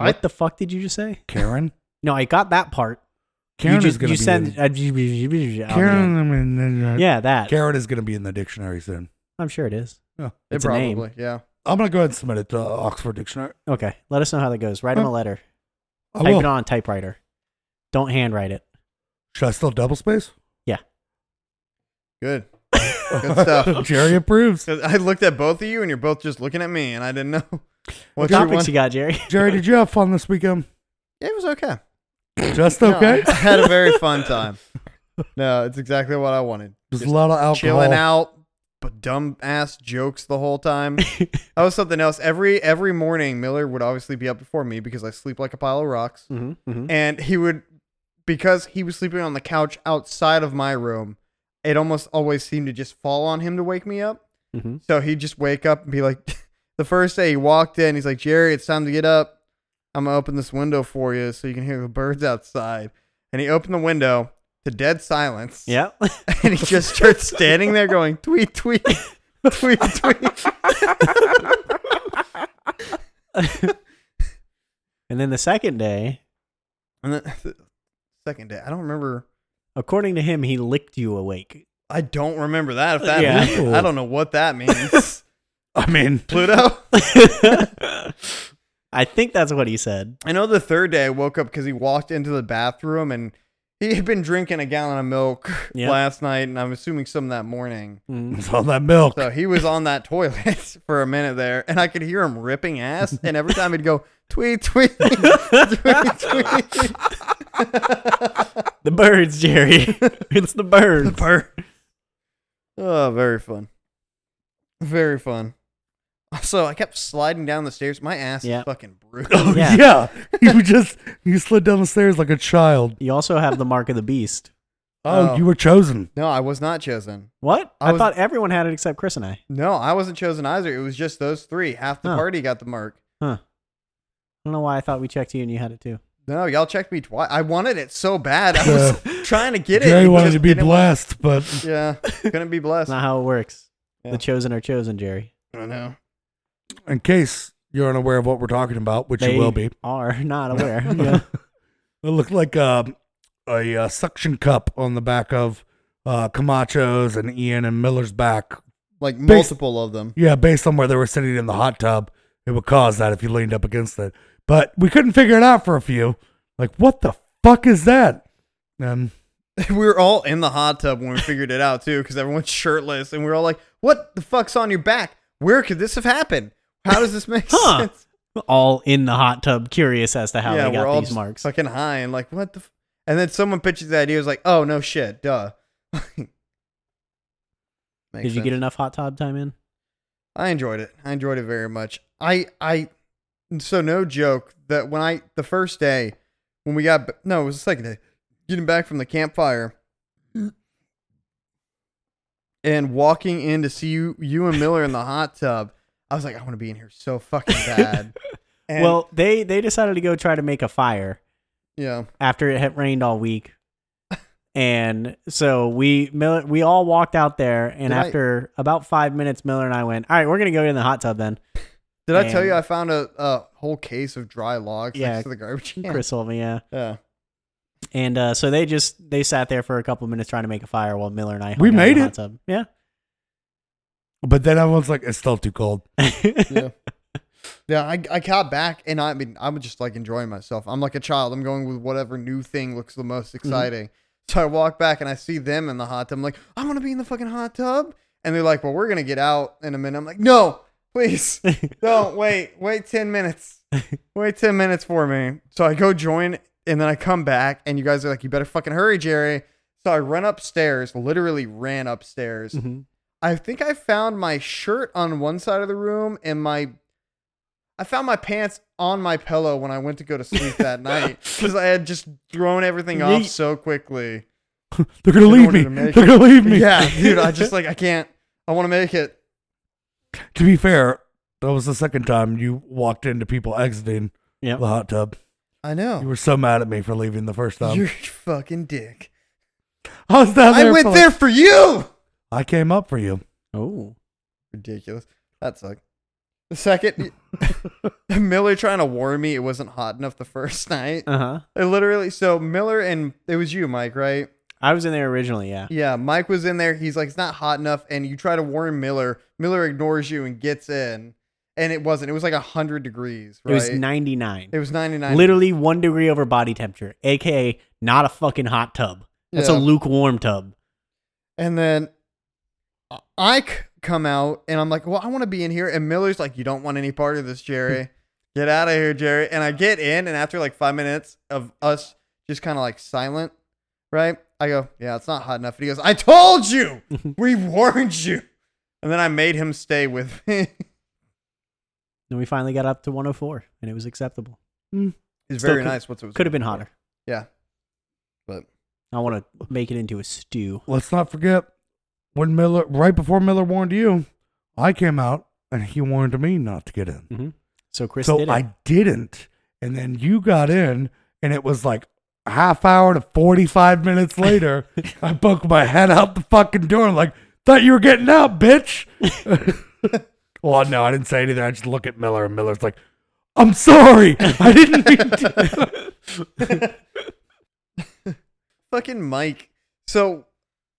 Speaker 2: I-
Speaker 1: What the fuck did you just say?
Speaker 3: Karen?
Speaker 1: No, I got that part.
Speaker 3: Karen
Speaker 1: you just,
Speaker 3: is going
Speaker 1: you
Speaker 3: to be
Speaker 1: said uh,
Speaker 3: in, Karen, I mean,
Speaker 1: yeah, that.
Speaker 3: Karen is going to be in the dictionary soon.
Speaker 1: I'm sure it is.
Speaker 3: Yeah.
Speaker 2: It
Speaker 1: It's a
Speaker 2: probably,
Speaker 1: name.
Speaker 2: yeah.
Speaker 3: I'm going to go ahead and submit it to Oxford Dictionary.
Speaker 1: Okay, let us know how that goes. Write him a letter.
Speaker 3: I
Speaker 1: Type
Speaker 3: will.
Speaker 1: it on typewriter. Don't handwrite it.
Speaker 3: Should I still double space?
Speaker 2: Good. Good stuff.
Speaker 3: Jerry approves.
Speaker 2: 'Cause I looked at both of you, and you're both just looking at me, and I didn't know.
Speaker 1: What
Speaker 2: What's your
Speaker 1: topics
Speaker 2: one?
Speaker 1: Oh, you got, Jerry?
Speaker 3: Jerry, did you have fun this weekend?
Speaker 2: It was okay.
Speaker 3: Just
Speaker 2: No,
Speaker 3: okay.
Speaker 2: I had a very fun time. No, it's exactly what I wanted.
Speaker 3: Just a
Speaker 2: Just
Speaker 3: lot of alcohol.
Speaker 2: chilling out, but dumb ass jokes the whole time. that was something else. Every every morning, Miller would obviously be up before me because I sleep like a pile of rocks,
Speaker 1: mm-hmm, mm-hmm.
Speaker 2: and he would because he was sleeping on the couch outside of my room. It almost always seemed to just fall on him to wake me up.
Speaker 1: Mm-hmm.
Speaker 2: So he'd just wake up and be like, the first day he walked in, he's like, Jerry, it's time to get up. I'm going to open this window for you so you can hear the birds outside. And he opened the window to dead silence.
Speaker 1: Yep.
Speaker 2: And he just starts standing there going, tweet, tweet, tweet, tweet.
Speaker 1: And then the second day,
Speaker 2: And then second day, I don't remember.
Speaker 1: according to him, he licked you awake.
Speaker 2: I don't remember that. If that,
Speaker 1: Yeah.
Speaker 2: means- I don't know what that means.
Speaker 3: I mean,
Speaker 2: Pluto.
Speaker 1: I think that's what he said.
Speaker 2: I know the third day I woke up because he walked into the bathroom and he had been drinking a gallon of milk
Speaker 1: Yeah.
Speaker 2: last night, and I'm assuming some that morning.
Speaker 3: it's all that milk.
Speaker 2: So he was on that toilet for a minute there, and I could hear him ripping ass. And every time he'd go tweet, tweet, tweet, tweet.
Speaker 1: The birds, Jerry. it's the birds.
Speaker 2: Oh, very fun, very fun. So I kept sliding down the stairs. My ass
Speaker 1: Yeah.
Speaker 2: is fucking bruised.
Speaker 3: Oh,
Speaker 1: Yeah.
Speaker 3: yeah. You just you slid down the stairs like a child.
Speaker 1: You also have the mark of the beast.
Speaker 3: Oh,
Speaker 2: Oh.
Speaker 3: you were chosen.
Speaker 2: No, I was not chosen.
Speaker 1: What?
Speaker 2: I
Speaker 1: I,
Speaker 2: was-
Speaker 1: thought everyone had it except Chris and I.
Speaker 2: No, I wasn't chosen either. It was just those three. Half the
Speaker 1: Huh.
Speaker 2: party got the mark.
Speaker 1: I don't know why I thought we checked you and you had it too.
Speaker 2: No, y'all checked me twice. I wanted it so bad. I
Speaker 3: Yeah.
Speaker 2: was trying to get it.
Speaker 3: Jerry
Speaker 2: and
Speaker 3: wanted
Speaker 2: just
Speaker 3: to be
Speaker 2: didn't-
Speaker 3: blessed, but
Speaker 2: Yeah, couldn't be
Speaker 1: That's
Speaker 2: blessed.
Speaker 1: not how it works.
Speaker 2: Yeah.
Speaker 1: The chosen are chosen, Jerry.
Speaker 2: I know.
Speaker 3: in case you're unaware of what we're talking about, which
Speaker 1: They
Speaker 3: you will be,
Speaker 1: are not aware. yeah.
Speaker 3: it looked like a, a, uh suction cup on the back of uh, Camacho's and Ian and Miller's back.
Speaker 2: Like multiple of them.
Speaker 3: Yeah, based on where they were sitting in the hot tub, it would cause that if you leaned up against it. But we couldn't figure it out for a few. Like, what the fuck is that? Um, And
Speaker 2: we were all in the hot tub when we figured it out too, because everyone's shirtless, and we are all like, "What the fuck's on your back? Where could this have happened? How does this make
Speaker 1: Huh.
Speaker 2: sense?"
Speaker 1: all in the hot tub, curious as to how
Speaker 2: yeah,
Speaker 1: they
Speaker 2: we're
Speaker 1: got
Speaker 2: all
Speaker 1: these
Speaker 2: just
Speaker 1: marks.
Speaker 2: fucking high and like, what the? F-? And then someone pitches the idea, was like, "Oh no, shit, duh." Did
Speaker 1: Did you get enough hot tub time in?
Speaker 2: I enjoyed it. I enjoyed it very much. I I so no joke that when I the first day when we got b- no it was the second day getting back from the campfire and walking in to see you you and Miller in the hot tub. I was like, I want to be in here so fucking bad. And,
Speaker 1: well, they they decided to go try to make a fire
Speaker 2: yeah,
Speaker 1: after it had rained all week, and so we Miller, we all walked out there, and
Speaker 2: Did I-
Speaker 1: after about five minutes, Miller and I went, "All right, we're gonna go in the hot tub then."
Speaker 2: did I tell you
Speaker 1: and-
Speaker 2: I found a, a whole case of dry logs
Speaker 1: Yeah,
Speaker 2: next to the garbage can?
Speaker 1: Chris told me, yeah,
Speaker 2: Yeah,
Speaker 1: and uh, so they just they sat there for a couple minutes trying to make a fire while Miller and I hung
Speaker 3: We
Speaker 1: out in
Speaker 3: made
Speaker 1: the
Speaker 3: it.
Speaker 1: hot tub. Yeah,
Speaker 3: but then everyone's like, it's still too cold.
Speaker 2: yeah. Yeah, I, I got back and I mean I'm just like enjoying myself. I'm like a child. I'm going with whatever new thing looks the most exciting. So I walk back and I see them in the hot tub. I'm like, I want to be in the fucking hot tub. And they're like, Well, we're gonna get out in a minute. I'm like, No, please, don't wait, wait ten minutes, wait ten minutes for me. So I go join and then I come back and you guys are like, You better fucking hurry, Jerry. So I run upstairs, literally ran upstairs.
Speaker 1: Mhm.
Speaker 2: I think I found my shirt on one side of the room and my I found my pants on my pillow when I went to go to sleep that night because I had just thrown everything off
Speaker 1: Yeet.
Speaker 2: so quickly.
Speaker 3: They're going
Speaker 2: In
Speaker 3: to leave
Speaker 2: order
Speaker 3: me.
Speaker 2: to make
Speaker 3: They're going to leave me.
Speaker 2: Yeah, dude, I just like I can't. I want to make it.
Speaker 3: To be fair, that was the second time you walked into people exiting
Speaker 1: Yep.
Speaker 3: the hot tub.
Speaker 2: I
Speaker 3: You
Speaker 2: know.
Speaker 3: were so mad at me for leaving the first time.
Speaker 2: Oh. You're a fucking dick.
Speaker 3: I was down
Speaker 2: I
Speaker 3: there.
Speaker 2: went
Speaker 3: for like-
Speaker 2: there for you.
Speaker 3: I came up for you.
Speaker 1: Oh,
Speaker 2: Ridiculous. That sucked. The second, Miller trying to warn me it wasn't hot enough the first night.
Speaker 1: uh huh.
Speaker 2: I literally, so Miller and it was you, Mike, right?
Speaker 1: I was in there originally. Yeah.
Speaker 2: Yeah, Mike was in there. He's like, it's not hot enough. And you try to warn Miller. Miller ignores you and gets in. And it wasn't. It was like 100 degrees, right?
Speaker 1: It was 99.
Speaker 2: It was 99.
Speaker 1: Literally one degree over body temperature, aka not a fucking hot tub. That's
Speaker 2: Yeah.
Speaker 1: a lukewarm tub.
Speaker 2: And then I- I c- come out and I'm like, well, I want to be in here. And Miller's like, you don't want any part of this, Jerry. Get out of here, Jerry. And I get in. And after like five minutes of us just kind of like silent, right? I go, yeah, it's not hot enough. And he goes, I told you. We warned you. And then I made him stay with me.
Speaker 1: Then we finally got up to 104, and it was acceptable.
Speaker 2: It's
Speaker 1: Still
Speaker 2: very
Speaker 1: could-
Speaker 2: nice. What's it was
Speaker 1: Could have been hotter.
Speaker 2: Yeah. But
Speaker 1: I want to make it into a stew.
Speaker 3: Let's not forget when Miller, right before Miller warned you, I came out and he warned me not to get in.
Speaker 1: So Chris
Speaker 3: so
Speaker 1: did it.
Speaker 3: I didn't. And then you got in, and it was like a half hour to 45 minutes later. I poked my head out the fucking door and, like, thought you were getting out, bitch. well, no, I didn't say anything. I just look at Miller, and Miller's like, I'm sorry. I didn't mean to.
Speaker 2: fucking Mike. So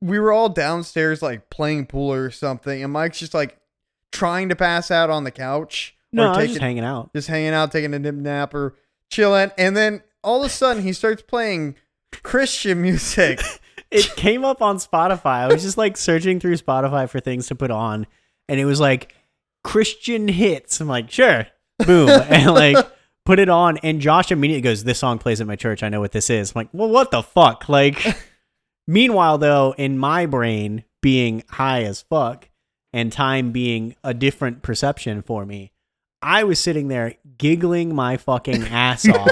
Speaker 2: we were all downstairs like playing pool or something, and Mike's just like trying to pass out on the couch.
Speaker 1: no,
Speaker 2: or
Speaker 1: I was
Speaker 2: taking,
Speaker 1: just hanging out.
Speaker 2: just hanging out, taking a nip nap or chilling. And then all of a sudden he starts playing Christian music.
Speaker 1: It came up on Spotify. I was just like searching through Spotify for things to put on, and it was like Christian hits. I'm like, sure, boom, and like put it on. And Josh immediately goes, "This song plays at my church. I know what this is." I'm like, well, what the fuck? Like, meanwhile, though, in my brain being high as fuck and time being a different perception for me, I was sitting there giggling my fucking ass off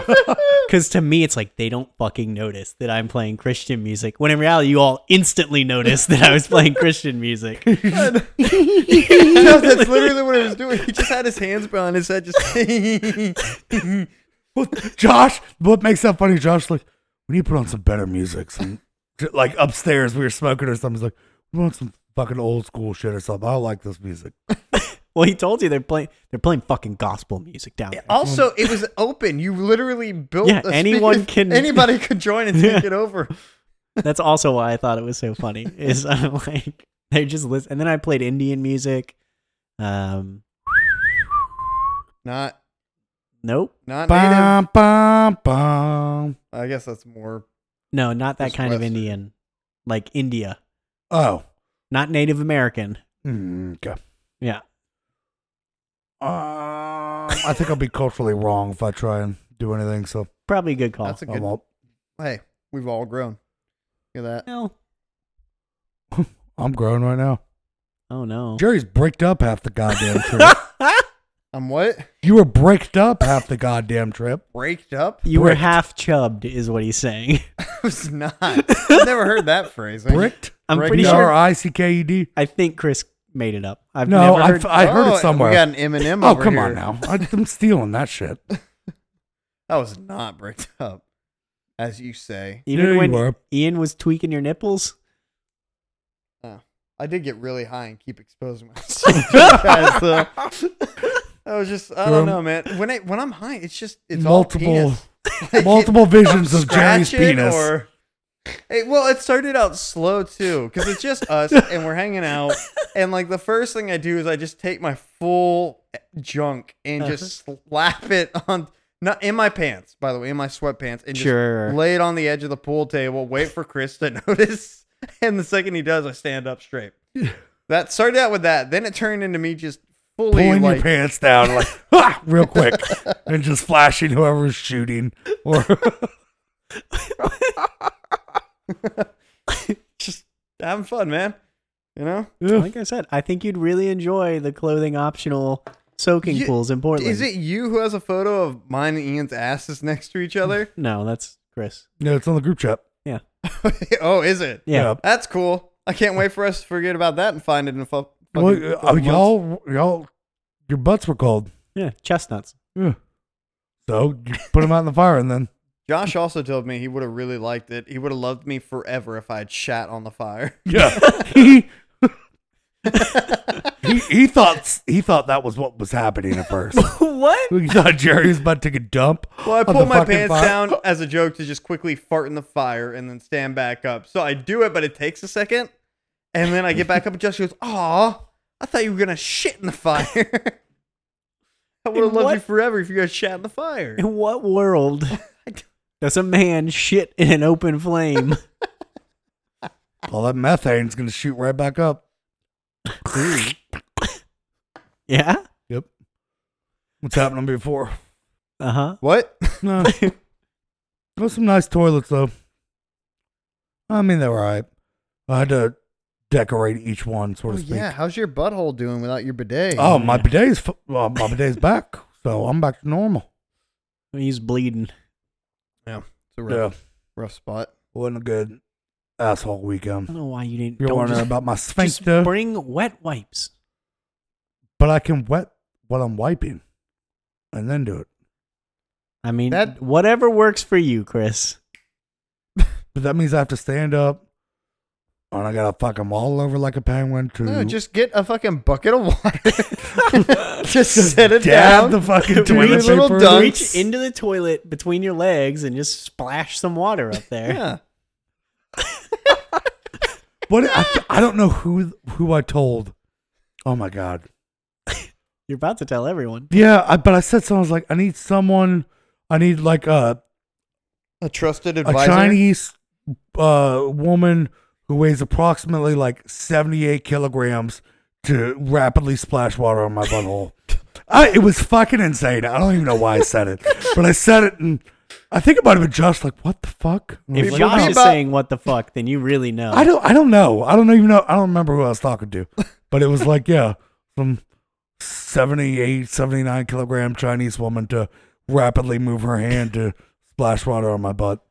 Speaker 1: Because to me, it's like they don't fucking notice that I'm playing Christian music. When in reality, you all instantly noticed that I was playing Christian music.
Speaker 2: No, that's literally what I was doing. He just had his hands behind his head, just.
Speaker 3: What- Josh, what makes that funny? Josh, like, we need to put on some better music. Some, j- like upstairs, we were smoking or something. He's like, we want some fucking old school shit or something. I don't like this music.
Speaker 1: Well, he told you they're playing they're playing fucking gospel music down there.
Speaker 2: also, it was open. You literally built.
Speaker 1: Yeah,
Speaker 2: a speaker-
Speaker 1: anyone can-
Speaker 2: Anybody could join and take it over.
Speaker 1: That's also why I thought it was so funny. Is I'm like they just listen, and then I played Indian music. Um,
Speaker 2: Not,
Speaker 1: nope,
Speaker 2: not native.
Speaker 3: Bum, bum, bum.
Speaker 2: I guess that's more.
Speaker 1: no, not that
Speaker 2: Just
Speaker 1: kind of
Speaker 2: Western.
Speaker 1: Indian, like India,
Speaker 3: Oh. mm,
Speaker 1: not Native American.
Speaker 3: Okay.
Speaker 1: Yeah,
Speaker 3: Um, I think I'll be culturally wrong if I try and do anything. So
Speaker 1: probably a good call.
Speaker 2: That's a
Speaker 3: I
Speaker 2: good.
Speaker 3: won't.
Speaker 2: Hey, we've all grown. Look at that.
Speaker 1: Well,
Speaker 3: I'm growing right now.
Speaker 1: oh no.
Speaker 3: Jerry's bricked up half the goddamn trip.
Speaker 2: I'm what?
Speaker 3: you were bricked up half the goddamn trip.
Speaker 2: Braked up?
Speaker 1: You were
Speaker 3: Bricked.
Speaker 1: half chubbed, is what he's saying.
Speaker 2: I was not. I've never heard that phrase.
Speaker 3: Bricked?
Speaker 1: I'm
Speaker 2: Bricked
Speaker 1: pretty
Speaker 2: up.
Speaker 1: sure.
Speaker 3: R I C K E D.
Speaker 1: I think Chris made it up. I've
Speaker 3: No,
Speaker 1: never
Speaker 3: I
Speaker 1: heard.
Speaker 3: f- I heard
Speaker 2: Oh,
Speaker 3: it somewhere.
Speaker 2: We got an Eminem.
Speaker 3: Oh,
Speaker 2: over
Speaker 3: come
Speaker 2: here.
Speaker 3: on now. I, I'm stealing that shit.
Speaker 2: That was not bricked up, as you say.
Speaker 1: even
Speaker 3: Yeah, you
Speaker 1: when
Speaker 3: were.
Speaker 1: Ian was tweaking your nipples.
Speaker 2: I did get really high and keep exposing myself. to you guys, though. I was just, I
Speaker 3: Um,
Speaker 2: don't know, man. When I when I'm high, it's just it's
Speaker 3: multiple
Speaker 2: all penis. Like,
Speaker 3: multiple visions of Jerry's
Speaker 2: scratch it
Speaker 3: penis.
Speaker 2: Or, Hey, well, it started out slow too, because it's just us and we're hanging out. And like the first thing I do is I just take my full eh, junk and just
Speaker 3: Uh-huh.
Speaker 2: slap it on, not in my pants, by the way, in my sweatpants, and just
Speaker 1: Sure.
Speaker 2: lay it on the edge of the pool table. Wait for Chris to notice, and the second he does, I stand up straight. That started out with that. Then it turned into me just fully
Speaker 3: pulling
Speaker 2: like
Speaker 3: your pants down like "Ah," real quick and just flashing whoever's shooting or
Speaker 2: just having fun, man. You know.
Speaker 1: Like I said, I think you'd really enjoy the clothing optional soaking
Speaker 2: You-
Speaker 1: pools in Portland.
Speaker 2: Is it you who has a photo of mine and Ian's asses next to each other?
Speaker 1: No, that's Chris.
Speaker 3: no it's on the group chat
Speaker 1: Yeah.
Speaker 2: oh, is it?
Speaker 1: Yeah.
Speaker 2: That's cool. I can't wait for us to forget about that and find it in a fu- fucking
Speaker 3: well,
Speaker 2: couple
Speaker 3: uh,
Speaker 2: months.
Speaker 3: y'all y'all your butts were cold
Speaker 1: Yeah. Chestnuts.
Speaker 3: yeah. so you put them out in the fire and then
Speaker 2: Josh also told me he would have really liked it. He would have loved me forever if I had shat on the fire.
Speaker 3: yeah he, he he thought he thought that was what was happening at first
Speaker 1: what?
Speaker 3: he thought Jerry was about to take a dump
Speaker 2: Well, I
Speaker 3: on the
Speaker 2: pulled my
Speaker 3: fucking
Speaker 2: pants
Speaker 3: fire.
Speaker 2: down as a joke to just quickly fart in the fire and then stand back up. So I do it, but it takes a second. And then I get back up and Josh goes, Aw, I thought you were going to shit in the fire. I would have
Speaker 1: In
Speaker 2: loved you
Speaker 1: what-
Speaker 2: forever if you had shat in the fire.
Speaker 1: In what world
Speaker 2: don't-
Speaker 1: does a man shit in an open flame?
Speaker 3: all that methane's gonna shoot right back up
Speaker 1: yeah.
Speaker 3: yep what's happened to me before
Speaker 1: Uh huh.
Speaker 2: What?
Speaker 3: No. There's some nice toilets though. I mean they were alright. I had to decorate each one, sort
Speaker 2: Oh,
Speaker 3: of speak.
Speaker 2: yeah, how's your butthole doing without your bidet?
Speaker 3: Oh, my bidet's fu- well, my bidet's back, so I'm back to normal.
Speaker 1: He's bleeding.
Speaker 2: yeah, it's a
Speaker 3: Yeah,
Speaker 2: rough, rough spot.
Speaker 3: wasn't a good asshole
Speaker 1: I
Speaker 3: weekend.
Speaker 1: don't know why you didn't.
Speaker 3: You're
Speaker 1: don't
Speaker 3: wondering
Speaker 1: just,
Speaker 3: about my
Speaker 1: just
Speaker 3: sphincter,
Speaker 1: bring wet wipes.
Speaker 3: but I can wet what I'm wiping, and then do it.
Speaker 1: I mean,
Speaker 2: That-
Speaker 1: whatever works for you, Chris.
Speaker 3: But that means I have to stand up, and I gotta fuck them all over like a penguin to
Speaker 2: No, just get a fucking bucket of water. just
Speaker 3: Just
Speaker 2: set it
Speaker 3: dab
Speaker 2: down.
Speaker 3: the fucking
Speaker 2: Do your
Speaker 3: toilet
Speaker 2: little
Speaker 3: paper.
Speaker 2: dunks.
Speaker 1: Reach into the toilet between your legs and just splash some water up there.
Speaker 2: yeah.
Speaker 3: What I, th- I don't know who who I told. Oh my god.
Speaker 1: You're about to tell everyone.
Speaker 3: Yeah, I, but I said someone I was like, I need someone. I need like a
Speaker 2: A trusted
Speaker 3: a
Speaker 2: advisor.
Speaker 3: Chinese uh, woman who weighs approximately like seventy eight kilograms to rapidly splash water on my butthole. I, it was fucking insane. I don't even know why I said it, but I said it, and I think it might have been Josh. Like, what the fuck? And I
Speaker 1: If
Speaker 3: was like,
Speaker 1: Josh
Speaker 3: "No."
Speaker 1: is
Speaker 2: about-
Speaker 1: saying what the fuck, then you really know.
Speaker 3: I don't I don't know. I don't even know. I don't remember who I was talking to. But it was like, yeah, some 78, 79 kilogram Chinese woman to rapidly move her hand to splash water on my butt.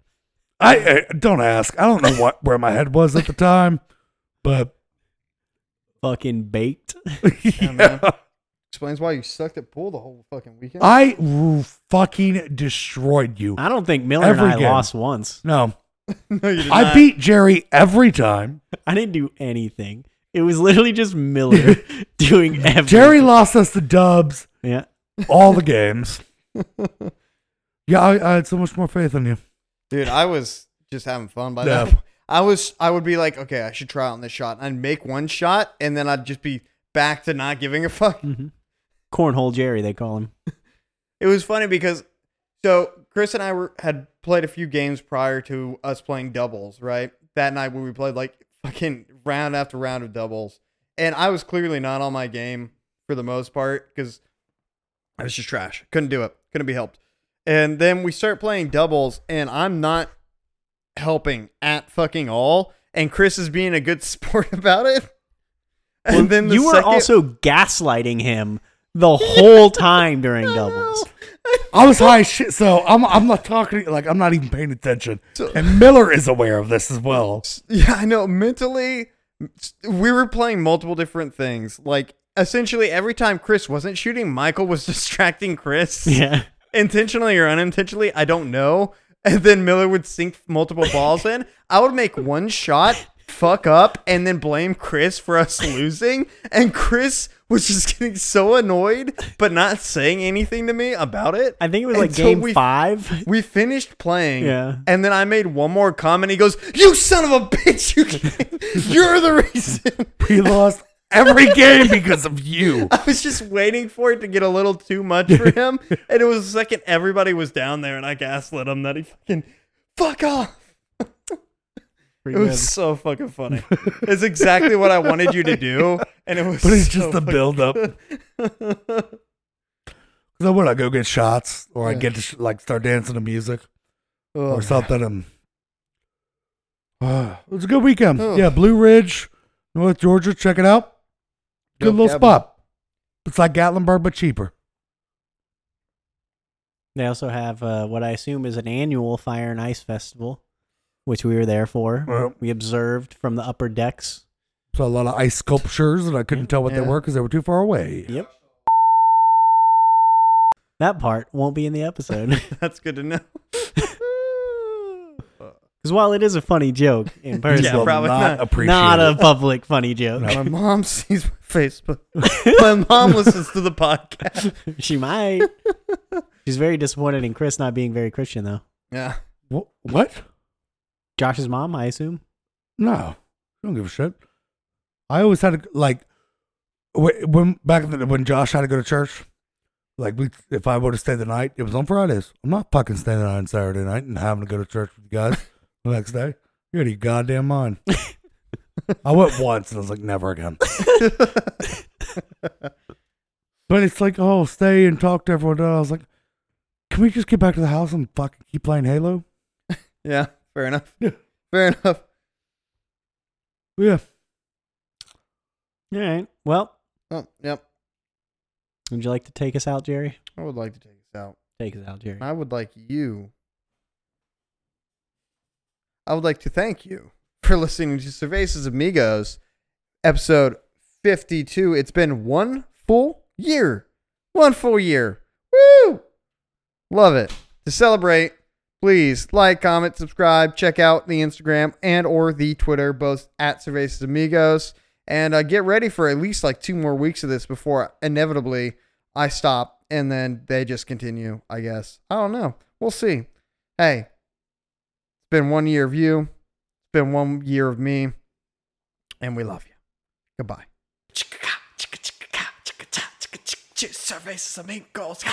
Speaker 3: I, I don't ask. I don't know what where my head was at the time, but
Speaker 1: Fucking baked.
Speaker 2: man. Explains why you sucked at pool the whole fucking weekend.
Speaker 3: I r- fucking destroyed you.
Speaker 1: I don't think Miller
Speaker 3: Every
Speaker 1: and I
Speaker 3: game.
Speaker 1: lost once.
Speaker 3: No,
Speaker 2: no, you did
Speaker 3: I
Speaker 2: not.
Speaker 3: beat Jerry every time.
Speaker 1: I didn't do anything. It was literally just Miller doing everything.
Speaker 3: Jerry lost us the dubs
Speaker 1: Yeah.
Speaker 3: all the games. Yeah, I, I had so much more faith in you.
Speaker 2: Dude, I was just having fun by
Speaker 3: Yeah.
Speaker 2: that. I was I would be like, okay, I should try out on this shot. I'd make one shot and then I'd just be back to not giving a fuck.
Speaker 1: hmm Cornhole Jerry, they call him.
Speaker 2: It was funny because so Chris and I were had played a few games prior to us playing doubles, right? That night when we played like fucking round after round of doubles. And I was clearly not on my game for the most part because I was just trash. Couldn't do it. Couldn't be helped. And then we start playing doubles and I'm not helping at fucking all. And Chris is being a good sport about it. And
Speaker 1: Well,
Speaker 2: then the
Speaker 1: you were
Speaker 2: second-
Speaker 1: also gaslighting him the whole time during doubles.
Speaker 3: I was high as shit, so I'm I'm not talking like I'm not even paying attention. And Miller is aware of this as well.
Speaker 2: Yeah, I know. Mentally, we were playing multiple different things. Like, essentially, every time Chris wasn't shooting, Michael was distracting Chris.
Speaker 1: Yeah.
Speaker 2: Intentionally or unintentionally, I don't know. And then Miller would sink multiple balls in. I would make one shot, fuck up, and then blame Chris for us losing. And Chris was just getting so annoyed, but not saying anything to me about it.
Speaker 1: I think it was like
Speaker 2: Until
Speaker 1: game
Speaker 2: we-
Speaker 1: five.
Speaker 2: We finished playing,
Speaker 1: Yeah.
Speaker 2: and then I made one more comment. He goes, "You son of a bitch! You, you're the reason."
Speaker 3: We lost every game because of you.
Speaker 2: I was just waiting for it to get a little too much for him, and it was the second everybody was down there, and I gaslit him that he fucking fuck off. It
Speaker 1: Pretty
Speaker 2: was
Speaker 1: good.
Speaker 2: so fucking funny. it's exactly what I wanted you to do, and it was.
Speaker 3: But it's
Speaker 2: so
Speaker 3: just the
Speaker 2: fucking-
Speaker 3: build up. So what? I go get shots, or I
Speaker 2: Yeah.
Speaker 3: get to sh- like start dancing to music
Speaker 2: Ugh.
Speaker 3: or something. And Ah, it was a good weekend.
Speaker 2: Ugh.
Speaker 3: Yeah, Blue Ridge, North Georgia. Check it out. Good
Speaker 2: Dope
Speaker 3: little
Speaker 2: cabin.
Speaker 3: spot. It's like Gatlinburg but cheaper.
Speaker 1: They also have uh, what I assume is an annual Fire and Ice Festival, which we were there for.
Speaker 3: Well.
Speaker 1: We observed from the upper decks.
Speaker 3: So a lot of ice sculptures, and I couldn't tell what they
Speaker 2: Yeah.
Speaker 3: were because they were too far away.
Speaker 1: Yep. That part won't be in the episode.
Speaker 2: That's good to know.
Speaker 1: Because while it is a funny joke in person,
Speaker 2: Yeah, probably not.
Speaker 3: appreciate
Speaker 1: not a
Speaker 3: it.
Speaker 1: public funny joke.
Speaker 2: my mom sees my Facebook. my mom listens to the podcast.
Speaker 1: She might. She's very disappointed in Chris not being very Christian, though.
Speaker 2: Yeah.
Speaker 3: Wh- what?
Speaker 1: Josh's mom, I assume.
Speaker 3: No, I don't give a shit. I always had to like wh- when back in the, when Josh had to go to church. Like we, if I would have stayed the night, it was on Fridays. I'm not fucking staying the night on Saturday night and having to go to church with you guys the next day. You're out of your goddamn mind. I went once and I was like, never again. but it's like, oh, stay and talk to everyone. I was like, can we just get back to the house and fucking keep playing Halo?
Speaker 2: Yeah, fair enough.
Speaker 3: Yeah.
Speaker 2: Fair enough.
Speaker 3: Yeah.
Speaker 1: All right. Well,
Speaker 2: Oh, yep.
Speaker 1: would you like to take us out, Jerry?
Speaker 2: I would like to take this out.
Speaker 1: Take us out, Jerry.
Speaker 2: I would like you. I would like to thank you for listening to Cervezas Amigos, episode 52. It's been one full year. One full year. Woo! Love it. To celebrate, please like, comment, subscribe, check out the Instagram and or the Twitter, both at Cervezas Amigos. And uh, get ready for at least like two more weeks of this before inevitably I stop and then they just continue, I guess. I don't know. We'll see. Hey, it's been one year of you. It's been one year of me. And we love you. Goodbye.
Speaker 4: Cervezas amigos.